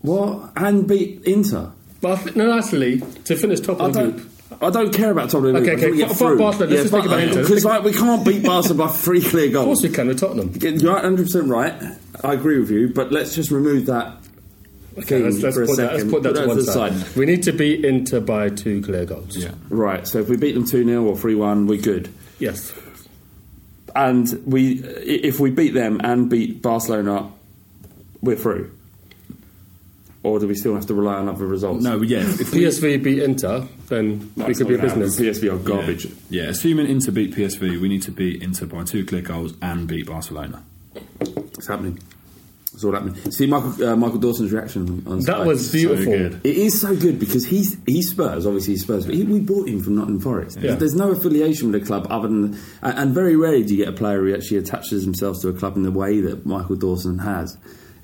What and beat Inter. But I thi- no, actually, to finish top I of the group. don't. I don't care about top of the league. Okay, I just okay, wanna get fuck- fuck through. Barcelona, let's just think fuck about them, Inter. 'cause, like we can't beat Barcelona by three clear Of course, goals. we can with Tottenham. You're 100 percent right. I agree with you, but let's just remove that. Okay, let's, thing let's for a put that, second. let's put that to one the side. We need to beat Inter by two clear goals. Yeah. Right. So if we beat them two 0 or three one, we're good. Yes. And we, i- if we beat them and beat Barcelona, we're through. Or do we still have to rely on other results? No, but yeah. If we- PSV beat Inter, then we That's could be a not gonna business. happen. PSV are garbage. Yeah. yeah, assuming Inter beat PSV, we need to beat Inter by two clear goals and beat Barcelona. It's happening. It's all happening. See Michael uh, Michael Dawson's reaction on That Sky. was beautiful. good. It is so good because he's he's Spurs, obviously he's Spurs, but he, we bought him from Nottingham Forest. Yeah. There's no affiliation with the club other than, and, and very rarely do you get a player who actually attaches themselves to a club in the way that Michael Dawson has.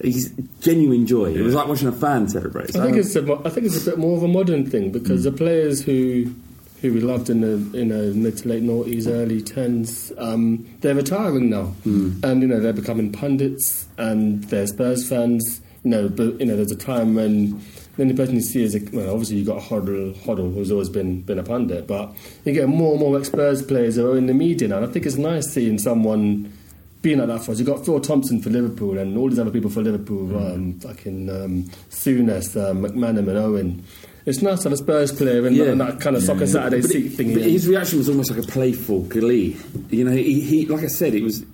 He's genuine joy. It was like watching a fan celebrate. I So- think it's a, mo- I think it's a bit more of a modern thing because the players who who we loved in the in the mid to late noughties, early tens, um, they're retiring now, and you know they're becoming pundits and they're Spurs fans. You know, but you know there's a time when the only person you see is a, well, obviously you've got Hoddle, Hoddle who's always been been a pundit, but you get more and more ex-Spurs players who are in the media now. And I think it's nice seeing someone. being like that for us. You've got Phil Thompson for Liverpool and all these other people for Liverpool, Mm. um, fucking um, Souness, um, McManaman, Owen. It's nice to have a Spurs player in, Yeah. that, in that kind of soccer Saturday But, seat it- thing. but his reaction was almost like a playful glee. You know, he, he like I said, it was.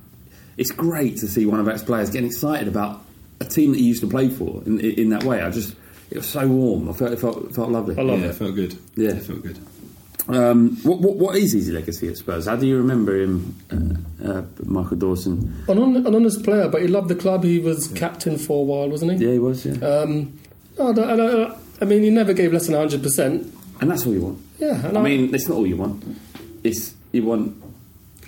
It's great to see one of our players getting excited about a team that he used to play for in, in that way. I just, it was so warm. I felt it felt, it felt lovely. I love Yeah, it it. felt good. Yeah. it felt good. Um, what, what, what is his legacy at Spurs? How do you remember him, uh, uh, Michael Dawson? An, hon- an honest player, but he loved the club. He was captain for a while, wasn't he? Yeah, he was. Yeah, Um, no, I, don't- I don't- I mean, he never gave less than 100%. and that's all you want. Yeah, and I mean, it's not all you want. It's you want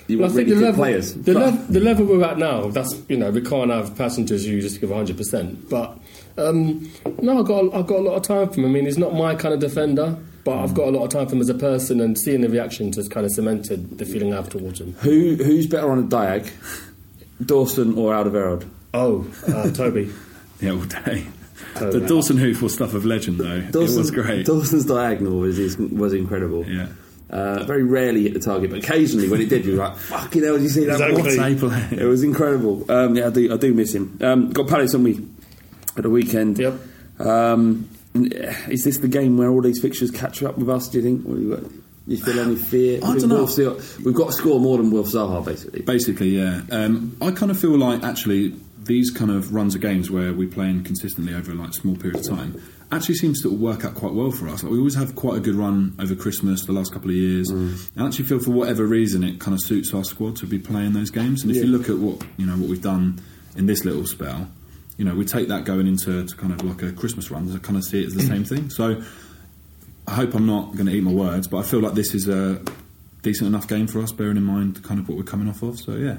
you Well, want really good level, players. The, But- lev- the level we're at now, that's you know, we can't have passengers who just give 100. percent But um, no, I've got I've got a lot of time for him. I mean, he's not my kind of defender, but I've got a lot of time for him as a person, and seeing the reactions has kind of cemented the feeling I have towards him. Who who's better on a diag, Dawson or Alderweireld? Oh, uh, Toby. Yeah, all day. the Dawson Hoof was stuff of legend, though. it was great. Dawson's diagonal was is- was incredible. Yeah. Uh, very rarely hit the target, but occasionally when it did, you were like, "Fucking hell, did you see that?" Exactly. What a play. It was incredible. Um, yeah, I do, I do miss him. Um, got Palace on me at the weekend. Yep. Um, is this the game where all these fixtures catch up with us? Do you think? What do you, you feel any fear? I think dunno. Wolves still- We've got to score more than Wolf Zaha, basically. Basically, yeah. Um, I kind of feel like actually these kind of runs of games where we play in consistently over like small period of time actually seems to work out quite well for us. Like we always have quite a good run over Christmas the last couple of years. I actually feel for whatever reason it kind of suits our squad to be playing those games. And if you look at what you know what we've done in this little spell, you know we take that going into to kind of like a Christmas run. I kind of see it as the same thing. So I hope I'm not going to eat my words, but I feel like this is a decent enough game for us, bearing in mind kind of what we're coming off of. So yeah,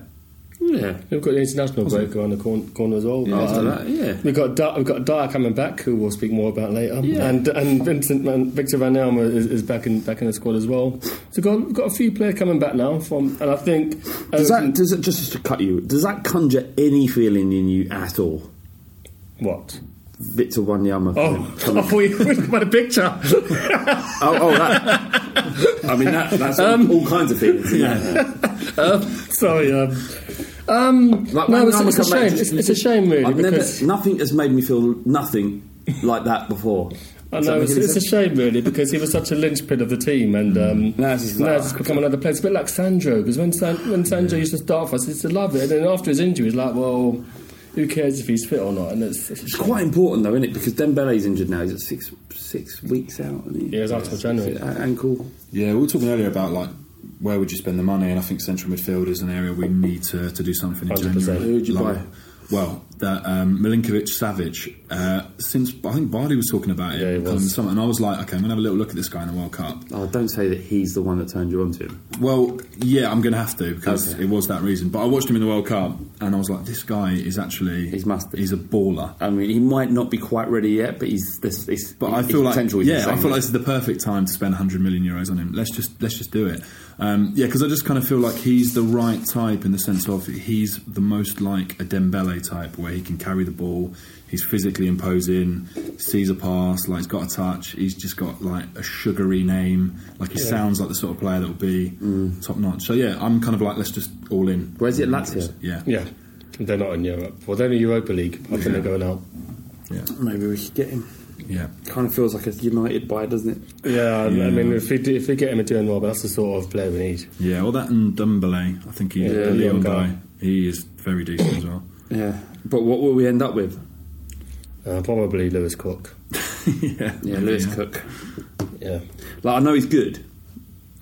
Yeah. We've got the international break around the corner, corner as well. Uh, um, after that, yeah. We've got da- we've got Dyer coming back, who we'll speak more about later, Yeah. and and Vincent Van, Victor Van Elmer is, is back in back in the squad as well. So we've got, we've got a few players coming back now from, and I think Does um, that, does it, just, just to cut you, does that conjure any feeling in you at all? what. Victor Wanyama. Oh, I thought you were about a picture. oh, oh, that. I mean, that, that's all- all, Um, kinds of feelings. Yeah. Sorry. Um, um, no, it's, it's a shame. It's, it's a shame, really, I've never, because nothing has made me feel nothing like that before. I Does that know make it's, any it's a sense? shame, really, because he was such a linchpin of the team, and um, Now now it's just it's, like, oh, become another player. It's a bit like Sandro, because when San, when Sandro used to start for us, he used to love it, and then after his injury, he's like, well, who cares if he's fit or not? And it's, it's a It's shame. quite important though, isn't it? Because Dembele's injured now. He's at six six weeks out. Isn't he? Yeah, he's out till January. A- Ankle. Yeah, we were talking earlier about like where would you spend the money, and I think central midfield is an area we need to, to do something in 100%. January. Who would you Like, buy? Well, that um, Milinkovic Savic. Uh, since I think Bardi was talking about it, Yeah, he was. um, summer, and I was like, okay, I'm gonna have a little look at this guy in the World Cup. Oh, don't say that he's the one that turned you on to him. Well, yeah, I'm gonna have to because Okay. it was that reason. But I watched him in the World Cup, and I was like, this guy is actually He's mustard. He's a baller. I mean, he might not be quite ready yet, but he's this. He's, But I his feel like potential is yeah, I insane. feel like this is the perfect time to spend 100 million euros on him. Let's just let's just do it. Um, yeah, because I just kind of feel like he's the right type in the sense of he's the most like a Dembele type, where he can carry the ball, he's physically imposing, sees a pass, like he's got a touch, he's just got like a sugary name, like he sounds like the sort of player that will be top notch. So yeah, I'm kind of like let's just all in. Mm. Where's he at Lazio? Yeah, Yeah, they're not in Europe. Well, they're in the Europa League. I think they're going out. yeah, maybe we should get him. yeah. Kind of feels like a United buy, doesn't it? Yeah, I Yeah. mean, if we, do, if we get him doing well, but that's the sort of player we need. Yeah, well, that and Dumbele, I think he's Yeah, the Leon Leon guy. guy. He is very decent as well. Yeah. But what will we end up with? Uh, probably Lewis Cook. yeah, Yeah, Lewis Cook. Yeah, Like I know he's good,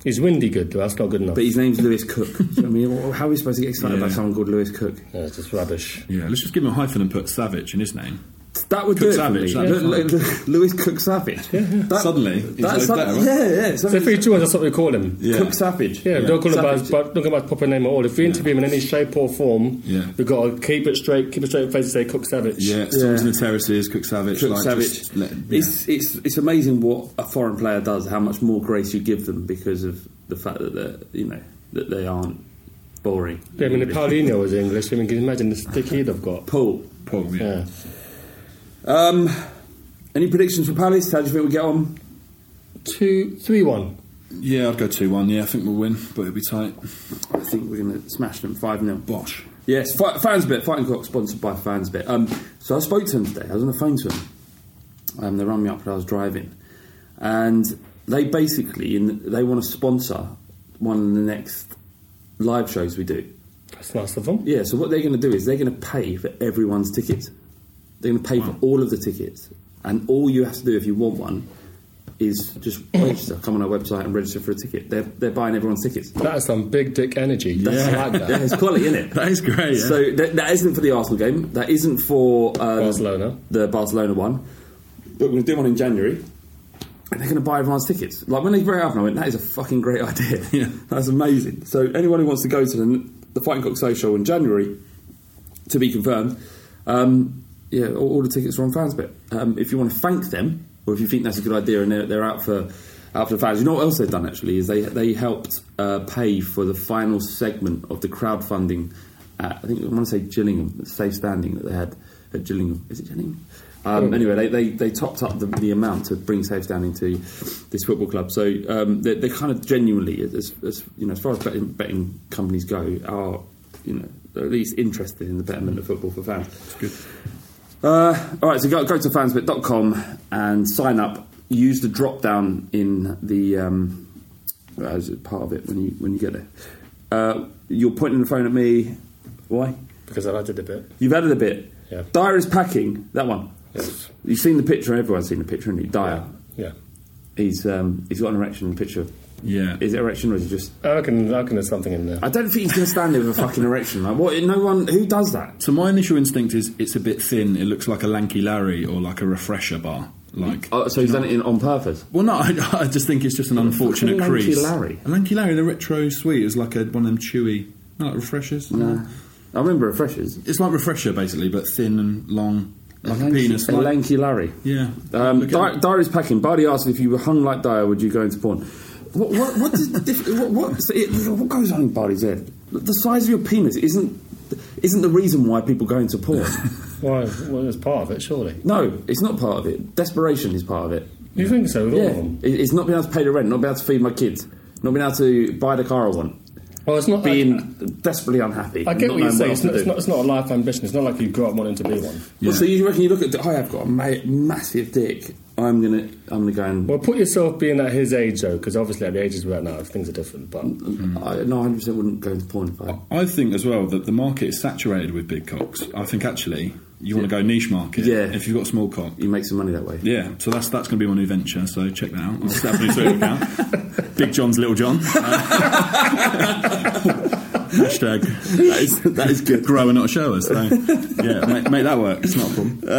he's windy good, though. That's not good enough. but his name's Lewis Cook. Do you know what I mean, how are we supposed to get excited Yeah. about someone called Lewis Cook? Yeah, it's just rubbish. Yeah, let's just give him a hyphen and put Savage in his name. That would Cook do it Savage, for me. that'd be Lu- Lu- Lu- Lewis Cook Savage. That- Suddenly, he's loads sud- better, right? yeah, yeah. So suddenly- three, two, one. That's what we call him. Yeah. Cook Savage. Yeah, don't call him by, his, Savage. by, don't call him by his proper name at all. If we interview him in any shape or form, Yeah. we've got to keep it straight, keep a straight face and say Cook Savage. Yeah, Yeah. Thompson and Terraces, Cook Savage. Cook like, Savage. just let- yeah. It's it's it's amazing what a foreign player does. How much more grace you give them because of the fact that they're you know that they aren't boring. Yeah, I mean, if Paulinho was English, I mean, can you imagine the stick he'd have got? Paul. Paul, yeah. Yeah. Um, any predictions for Palace? How do you think we get on? Two, three, one. Yeah, I'd go 2 1. Yeah, I think we'll win, but it'll be tight. I think we're going to smash them five 0 Bosh. Yes, F- Fansbet, Fighting Cock, sponsored by Fansbet. Um, so I spoke to him today. I was on the phone to him. Um, they rang me up while I was driving, and they basically in, they want to sponsor one of the next live shows we do. That's nice of them. Yeah, so what they're going to do is they're going to pay for everyone's tickets. They're going to pay for all of the tickets. And all you have to do if you want one is just register, come on our website and register for a ticket. They're, they're buying everyone's tickets. That is some big dick energy. That's Yeah. like that. Yeah, it's quality, isn't it? That is great, yeah. So that, that isn't for the Arsenal game. That isn't for uh, Barcelona. The Barcelona one. But we're going to do one in January. And they're going to buy everyone's tickets. Like when they brought it up, I went, "That is a fucking great idea. Yeah. That's amazing." So anyone who wants to go to the, the Fighting Cock Social in January, to be confirmed, um, yeah, all, all the tickets are on Fansbet. Um, if you want to thank them, or if you think that's a good idea, and they're, they're out for out for the fans, you know what else they've done actually is they they helped uh, pay for the final segment of the crowdfunding. At, I think I want to say Gillingham, the safe standing that they had at Gillingham. Is it Gillingham? Um, Anyway, they, they, they topped up the, the amount to bring safe standing to this football club. So um, they're, they're kind of genuinely, as, as you know, as far as betting, betting companies go, are you know, they're at least interested in the betterment of football for fans. Uh, all right, so go, go to fansbit.com and sign up. Use the drop down in the um, as part of it when you when you get there. Uh, you're pointing the phone at me. Why? Because I've added a bit. You've added a bit. Yeah. Dyer is packing that one. Yes. You've seen the picture. Everyone's seen the picture, hasn't he? Dyer. Yeah. He's um, he's got an erection in the picture. Yeah. Is it erection or is it just? I reckon, I reckon there's something in there. I don't think he's going to stand there with a fucking erection. Like what? No one who does that. So my initial instinct is it's a bit thin. It looks like a lanky Larry or like a refresher bar. Like, Oh, so he's done it in, on purpose. well, no, I, I just think it's just an unfortunate Lanky crease. Larry. A lanky Larry, the retro sweet is like a, one of them chewy, no, like refreshers. No. I remember refreshers. It's like refresher basically, but thin and long, like a penis. A like- lanky Larry. yeah. Um, Look at Di- it. Diary's packing. Bardi asked if you were hung like Dyer, would you go into porn? What, what, what, does, diff- what, what, so it, what goes on in Bardi's head? The size of your penis isn't isn't the reason why people go into porn. Why? Well, it's part of it, surely. no, it's not part of it. Desperation is part of it. You think so? With all Yeah, of them. It- it's not being able to pay the rent, not being able to feed my kids, not being able to buy the car I want, Well, it's not. being I, desperately unhappy. I get not what you're knowing saying. else It's to not, do. it's, not, it's not a life ambition. It's not like you grow up wanting to be one. Well, so you reckon you look at? The, I have got a ma- massive dick. I'm gonna, I'm gonna go and. Well, put yourself being at his age, though, because obviously at the ages we're at now, things are different. But I, no, 100 percent wouldn't go into porn. If I, I think as well that the market is saturated with big cocks. I think actually you want to go niche market. Yeah. If you've got small cock. you make some money that way. Yeah, so that's that's going to be my new venture. So check that out. I'll start a new Twitter account. Big John's Little John. Uh, hashtag. That is, that is good. Grower, not a shower. So yeah, make, make that work. It's not a problem. Uh,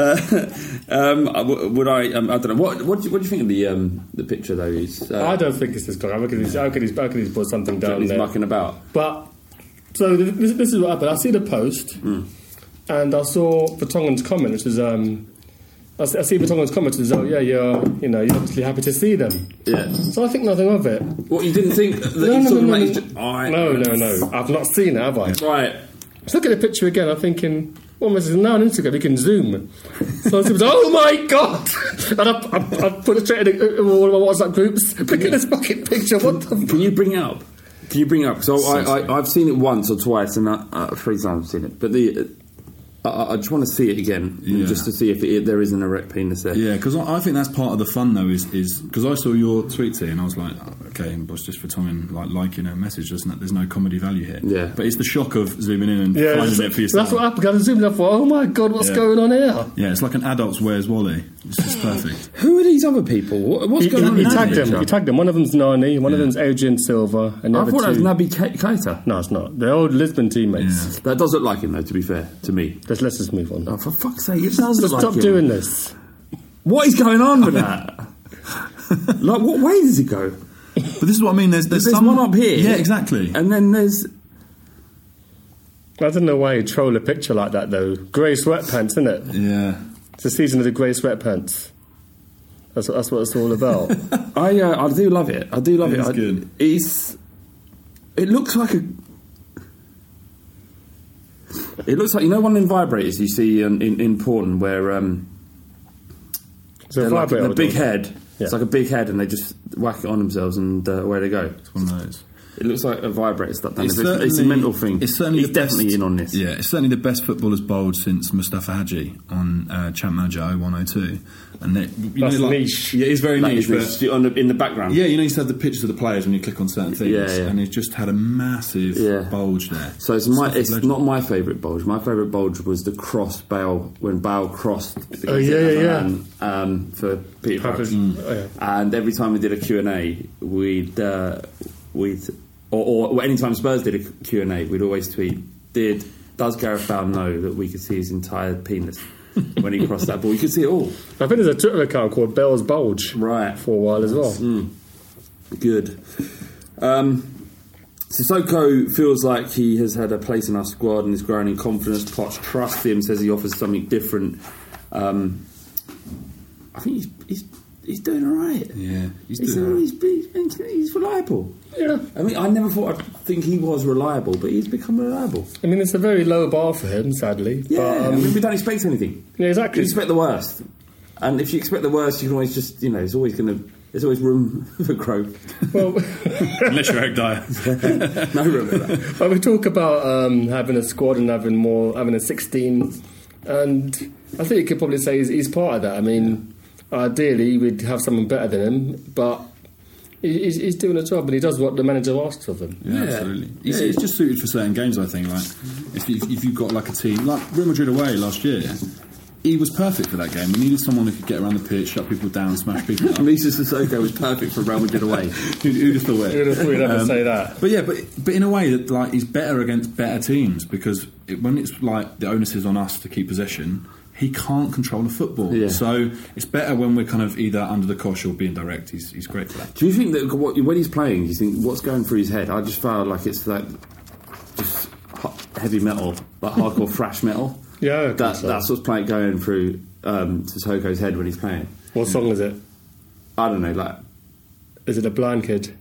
um, I w- would I? Um, I don't know. What, what, do you, what do you think of the um, the picture though? He's uh, I don't think it's this guy. I reckon he's, I reckon he's, I reckon he's put something down he's there. mucking about. But so th- this, this is what happened. I see the post, Hmm. and I saw Vertonghen's comment, which is um, I see, I see Vertonghen's comment, which is oh yeah, you're you know you're obviously happy to see them. Yeah. So I think nothing of it. What you didn't think? That No, you no, thought no, about no, his no. j- Alright. no, no, no. I've not seen it, have I? Right. Let's look at the picture again. I'm thinking, well, this is now on Instagram. You can zoom. So I was, oh my god! And I, I, I put it straight in the- in one of my WhatsApp groups. Look at this fucking picture. What the? Can you bring it up? Can you bring it up? So I, I, I've seen it once or twice, and I, uh, three times I've seen it. But the, uh, I, I just want to see it again, Yeah. just to see if it, there is an erect penis there. Yeah, because I, I think that's part of the fun though. Is is because I saw your tweet here and I was like, oh, okay, but it's just for Tongan like liking a message, doesn't it? There's no comedy value here. Yeah. but it's the shock of zooming in and finding it for yourself. that's what happened. I zoomed. I thought, oh my god, what's Yeah. going on here? yeah, it's like an adult's Where's Wally. It's just perfect. Who are these other people? What, what's He, going on? he in that tagged them. picture? He tagged them. One of them's Nani. One of Yeah. them's Adrian Silva. And the I other thought that was two- Nabi Ke- Keita. No, it's not. They're old Lisbon teammates. That does look like him, though. To be fair, to me. Let's let's just move on. Oh, for fuck's sake, it does Just look like stop him. doing this. What is going on with that? like, what way does it go? But this is what I mean. There's there's, There's some- one up here. Yeah, exactly. And then there's I don't know why you troll a picture like that though. Grey sweatpants, isn't it? yeah. It's the season of the grey sweatpants. That's what, that's what it's all about. I uh, I do love it. I do love It it. is I- good. It's it looks like a. It looks like you know one in vibrators you see in in, in porn where um So they're like, vibrate the all big day. head. Yeah. It's like a big head, and they just whack it on themselves, and uh, away they go. It's one of those. It looks like a vibrator stuff. It's, it's, it's a mental thing. It's certainly He's the definitely best, in on this. Yeah, it's certainly the best footballer's bowled since Mustafa Hadji on uh, Champ Manager 102. And that, you That's know, like, niche. Yeah, it's very Like, niche. it's- But it's on the, in the background. Yeah, you know, you used to have the pictures of the players when you click on certain things, Yeah, yeah. and he's just had a massive Yeah. bulge there. So it's my Stuff is it's legendary. not my favourite bulge. My favourite bulge was the cross Bale when Bale crossed. Oh, yeah, yeah, yeah. Um, um, for Peter Packers- Crouch. oh, yeah. And every time we did a Q and A, we'd uh, we'd or, or anytime Spurs did a Q and A, we'd always tweet: Did does Gareth Bale know that we could see his entire penis when he crossed that ball? You could see it all. I think there's a Twitter account called Bell's Bulge Right. for a while as well. Mm. Good. Um, Sissoko feels like he has had a place in our squad and is growing in confidence. Potts trusts him, says he offers something different. Um, I think he's, he's, he's doing all right. Yeah, he's he's, doing all right. he's, he's, been- he's reliable. Yeah. I mean, I never thought I'd think he was reliable, but he's become reliable. I mean, it's a very low bar for him, sadly. Yeah, but, um, I mean, we don't expect anything. Yeah, exactly. You expect the worst, and if you expect the worst, you can always just you know, it's always going to, there's always room for growth. well, Unless you're Eric Dyer. no room for that. Well, we talk about um, having a squad and having more, having a 16, and I think you could probably say he's, he's part of that. I mean, ideally, we'd have someone better than him, but he- he's, he's doing a job and he does what the manager asks of him. Yeah, absolutely. It's, it's just suited for certain games, I think. Like if, you, if you've got like a team like Real Madrid away last year, he was perfect for that game. We needed someone who could get around the pitch, shut people down, smash people up. Misa Sissoko was perfect for Real Madrid away. Who- Who'd have thought it? Who'd have thought you'd ever say that? But yeah, but but in a way that like he's better against better teams because it, when it's like the onus is on us to keep possession, he can't control the football. Yeah. So it's better when we're kind of either under the cosh or being direct. He's he's great for that. Do you think that what, when he's playing, you think what's going through his head? I just feel like it's that just h- heavy metal, like hardcore thrash metal. Yeah, I reckon that, so. that's what's playing going through um, Totoko's head when he's playing. What song is it? I don't know, like Is it a blind kid?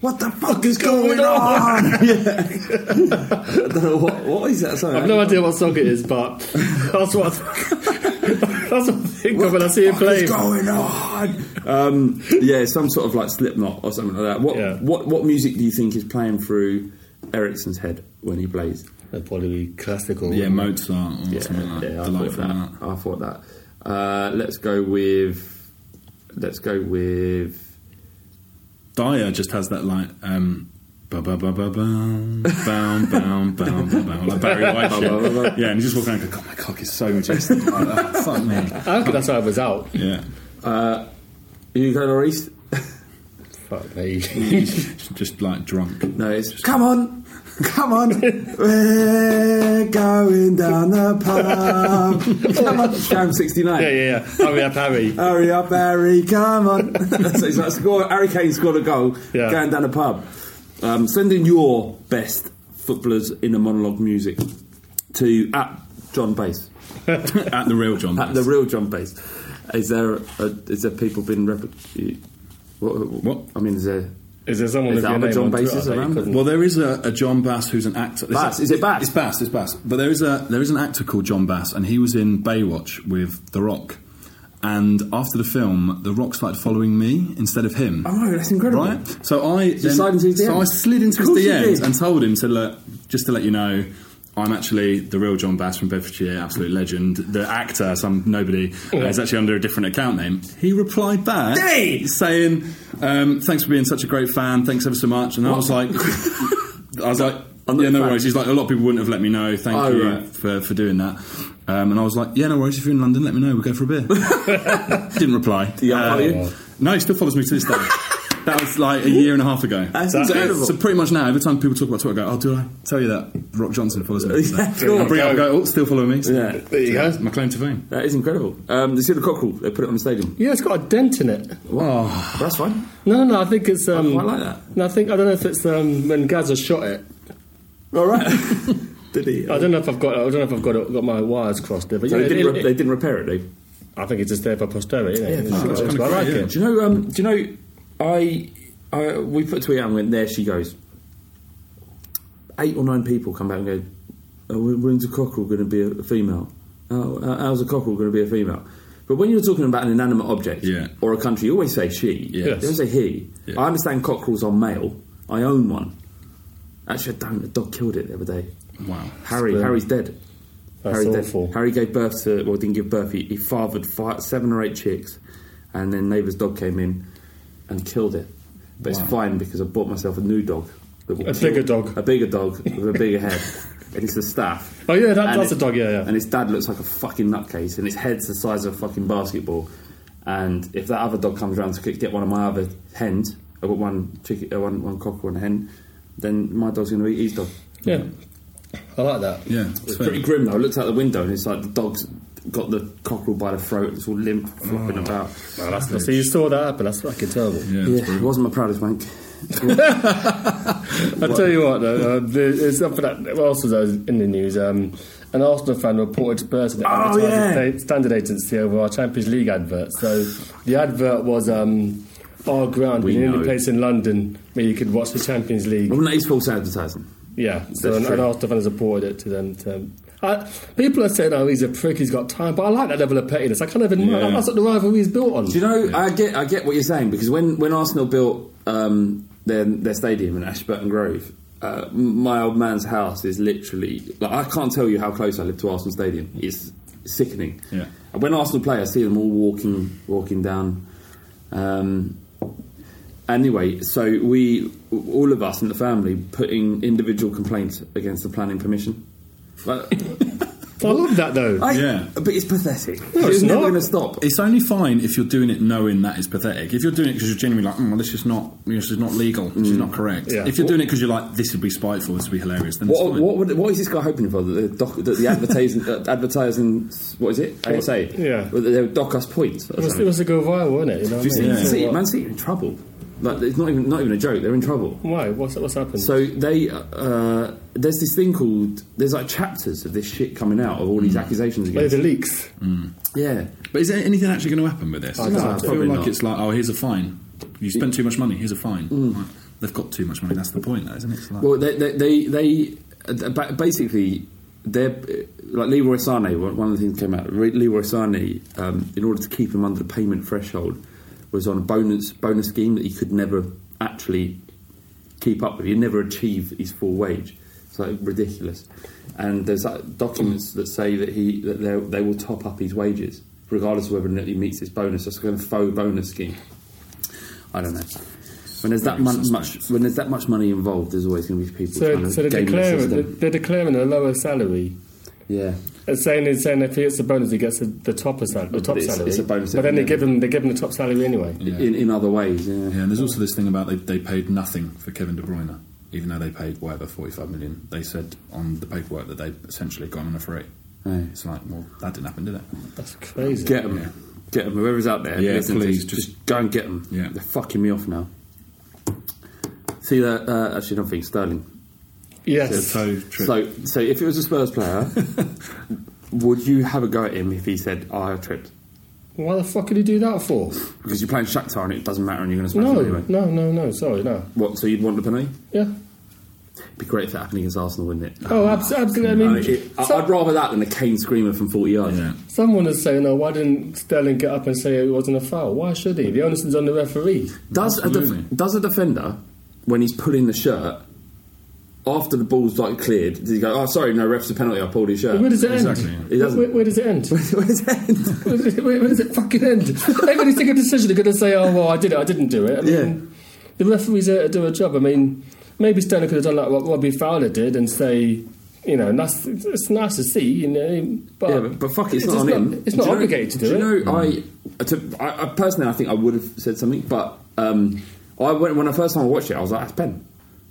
what the fuck is going on? yeah, I don't know what, what is that song? I've no idea what song it is, but that's what I, that's what I think of when I see him play. What's going on? Um, yeah, some sort of like Slipknot or something like that. What Yeah. what what music do you think is playing through Ericsson's head when he plays? That'd probably be classical. Yeah, wouldn't it? Mozart or something like yeah, that. I thought Delightful. that. and that. I thought that. Uh, let's go with. Let's go with. Dyer just has that like. Um, Ba ba ba ba bum, bum, bum, bum, bum, bum, like Barry White shit. Ba, ba, ba, ba. Yeah, and he's just walking around. and go, God, my cock is so majestic. Like that. Fuck me. I reckon that's how I was out. Yeah, You go, Norris. Fuck me. he's just like drunk. No, it's come on, come on. We're going down the pub. Come on, Sham sixty nine. yeah, yeah, yeah. Hurry up, Harry. Hurry up, Harry, come on. so he's like, score, Harry Kane scored a goal Yeah. going down the pub. Um, send in your best footballers in a monologue music to at John Bass. At the real John. At the real John Bass. Is there, a, is there people being replicated? What, What? I mean, is there. Is there someone Is with that your other name John on Twitter Basses that you around? couldn't- Well, there is a, a John Bass who's an actor. This Bass, is it Bass? It's Bass. It's Bass. But there is a there is an actor called John Bass, and he was in Baywatch with The Rock. And after the film, The Rock started following me instead of him. Oh, that's incredible. Right? So I then- slid into his so DMs? I slid into Of his course you DMs did. and told him to look, just to let you know. I'm actually the real John Bass from Bedfordshire, absolute legend. The actor, some nobody, uh, is actually under a different account name. He replied back Did he? saying, um, "Thanks for being such a great fan. Thanks ever so much." And I was like, "I was like, I'm not yeah, a no fan. worries." He's like, "A lot of people wouldn't have let me know. Thank Oh, you right. for, for doing that." Um, and I was like, "Yeah, no worries. If you're in London, let me know. We'll go for a beer." Didn't reply. you unfollow you? Um, No, he still follows me to this day. that was like a year and a half ago. That's so, incredible. So pretty much now, every time people talk about Twitter, I go, "Oh, do I tell you that Rock Johnson follows me?" Yeah, So cool. I bring it up, and go, "Oh, still following me." So Yeah. There you go. My claim to fame. That is incredible. Um, you see the cockerel? They put it on the stadium. Yeah, it's got a dent in it. Oh, That's fine. No, no, no. I think it's. Um, quite like that. No, I think I don't know if it's um, when Gaza shot it. All right. Did he? uh, I don't know if I've got. I don't know if I've got it, got my wires crossed there. But So they, yeah, it- didn't it- re- they didn't repair it, though. I think it's just there for posterity. Isn't it? Yeah, It's- it's it's- kinda I like great, it. Do you know? Um, do you know? I, I we put a tweet out and went, "There she goes." Eight or nine people come back and go, oh, when- "When's a cockerel going to be a, a female? Oh, uh, how's a cockerel going to be a female?" But when you're talking about an inanimate object Yeah. or a country, you always say she. Yes. You don't say he. Yeah. I understand cockerels are male. I own one. Actually, I don't. A dog killed it the other day. wow. Harry, Splendid. Harry's dead. That's Harry's awful. Dead. Harry gave birth to, well, didn't give birth. He, he fathered five, seven or eight chicks, and then neighbour's dog came in and killed it. But it's fine because I bought myself a new dog. that will A kill- bigger dog. A bigger dog with a bigger head. And it's a staff. Oh, yeah, that- And that's it- a dog, yeah, yeah. And its dad looks like a fucking nutcase, and its head's the size of a fucking basketball. And if that other dog comes around to get one of my other hens, I've got one chicken, uh, one, one cock, one hen, then my dog's going to eat his dog. Yeah, I like that. Yeah, it's It's pretty grim though. I looked out the window and it's like the dog's got the cockerel by the throat. It's all limp, flopping about. So you saw that happen. That's fucking terrible. Yeah, yeah, it's it wasn't my proudest wank. I tell you what, though, uh, there- there's something that what else was there in the news. Um, an Arsenal fan reported to Burton Oh, at the yeah. standard agency over our Champions League advert. So the advert was um, our ground, We being the know. only place in London where you could watch the Champions League. Well, no, it's false advertising. Yeah, so That's an, true. an Arsenal fan has reported it to them. To, I, people are saying, "Oh, he's a prick. He's got time," but I like that level of pettiness. I can't even. Yeah. That's what the rivalry is built on. Do you know? I get, I get what you're saying because when, when Arsenal built um, their their stadium in Ashburton Grove, uh, m- my old man's house is literally like I can't tell you how close I live to Arsenal Stadium. It's sickening. Yeah. And when Arsenal play, I see them all walking walking down. Um, anyway, so we all of us in the family putting individual complaints against the planning permission. Like, I love that though. I- Yeah. but it's pathetic. it's never not. going to stop. It's only fine if you're doing it knowing that it's pathetic. If you're doing it because you're genuinely like, mm, well, this is not, this is not legal, this Mm. is not correct. Yeah. If you're doing it because you're like, this would be spiteful, this would be hilarious, then it's What, fine. what, would, what is this guy hoping for? That the, doc, that the advertising, uh, advertising, what is it? ASA. Yeah. Well, that they would dock us points. Or It was, it something. was a go viral, wasn't it? You know Do you what I see, mean? Yeah. So City, what- Man City are in trouble. Like, it's not even not even a joke. They're in trouble. Why? What's what's happened? So they uh, there's this thing called there's like chapters of this shit coming out of all these accusations Where are against. the leaks? Mm. Yeah, But is there anything actually going to happen with this? I No, don't know, I feel probably like not. it's like, oh, here's a fine. You spent too much money. Here's a fine. Right. They've got too much money. That's the point, though, isn't it? It's like- Mm. Well, they they they, they uh, ba- basically they're uh, like Leroy Sane. One one of the things that came out. Re- Leroy Sane, um, in order to keep him under the payment threshold, was on a bonus bonus scheme that he could never actually keep up with. He never achieve his full wage. It's like ridiculous. And there's like, documents that say that he that they they will top up his wages regardless of whether or not he meets his bonus. It's like a faux bonus scheme. I don't know. When there's that mon- much, when there's that much money involved, there's always going to be people trying So, to so they're game the declaring system. they're declaring a lower salary. Yeah, It's saying it's saying if he gets a bonus, he gets the, the top salary. The top It's- salary. it's a bonus But then they every give him they give him the top salary anyway. in in other ways. Yeah, yeah, and there's also this thing about they, they paid nothing for Kevin De Bruyne, even though they paid whatever 45 million. They said on the paperwork that they essentially got him for free. Aye. It's like, well, that didn't happen, did it? That's crazy. get them, get them. Whoever's out there, Yeah, listen to please, this, just, go and get them. Yeah. they're fucking me off now. See that? Uh, actually, I don't think Sterling. yes. So true. So, so if it was a Spurs player, would you have a go at him if he said, oh, "I tripped"? Why the fuck could he do that for? Because you're playing Shakhtar and it doesn't matter, and you're going to smash No, him anyway. no, no, no. Sorry, no. What? So you'd want the penalty? Yeah. It'd be great if it happened against Arsenal, wouldn't it? Oh, abs- absolutely. I mean, Like, it- I- so- I'd rather that than a Kane screamer from 40 yards. Yeah. someone is saying, "Oh, why didn't Sterling get up and say it wasn't a foul? Why should he? The onus is on the referee." Does a Absolutely. def- does a defender when he's pulling the shirt after the ball's like cleared? Does he go? Oh, sorry, no, ref's a penalty. I pulled his shirt. Where does it Exactly. end? It doesn't- Where, where does it end? Where does it end? where, does it, where does it fucking end? Every single decision they're going to say, "Oh, well, I did it. I didn't do it." I mean, the referees there to do a job. I mean, maybe Sterling could have done like what Robbie Fowler did and say, you know, and that's it's, it's nice to see, you know, but yeah, but, but fuck, it's, just not on him. It's Do not you know- obligated to do, it. you know? I, to, I, I personally, I think I would have said something, but um, I went when I first time I watched it, I was like, that's a pen.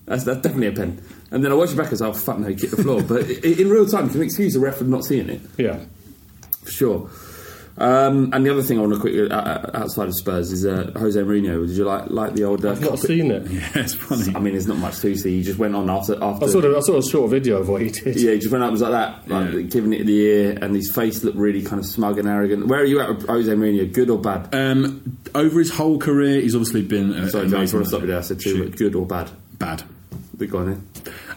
That's, that's definitely a pen. And then I watched it back and I was like, oh, fuck no, he kicked the floor. but i- in real time, you can excuse the ref for not seeing it. Yeah. for sure. Um, and the other thing I want to quickly uh, uh, outside of Spurs is uh, Jose Mourinho. Did you like like the old? Uh, I've not carpet- seen it. yeah, it's funny. I mean, there's not much to see. He just went on after after. I saw, the, I saw a short video of what he did. yeah, he just went up and was like that, like, Yeah. giving it the ear, and his face looked really kind of smug and arrogant. Where are you at, with Jose Mourinho? Good or bad? Um, over his whole career, he's obviously been. Uh, Sorry, John, I just want to stop you there. I said too much. Shoot. Good or bad? Bad. But Go on in.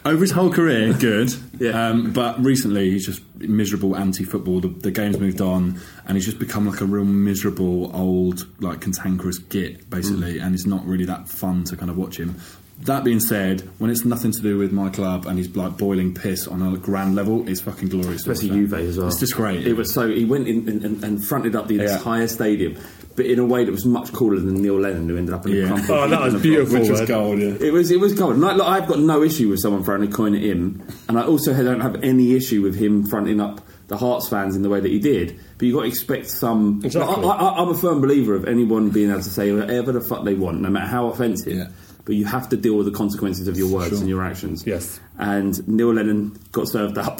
Over his whole career, good. Yeah. Um, but recently, he's just miserable anti-football. The, the game's moved on, and he's just become like a real miserable old, like cantankerous git, basically. Mm. And it's not really that fun to kind of watch him. That being said, when it's nothing to do with my club and he's like boiling piss on a grand level, it's fucking glorious. to Especially watch Juve that. as well. It's just great. It was so he went in and, and, and fronted up the Yeah. entire stadium, but in a way that was much cooler than Neil Lennon, who ended up in a Yeah. crumpled Oh, that heap on was the floor. beautiful. Which was man. gold. Yeah. It was it was cold. And I, like, I've got no issue with someone throwing a coin at him, and I also don't have any issue with him fronting up the Hearts fans in the way that he did. But you got to expect some. Exactly. I, I, I'm a firm believer of anyone being able to say whatever the fuck they want, no matter how offensive. Yeah. But you have to deal with the consequences of your words and your actions. Yes. And Neil Lennon got served up.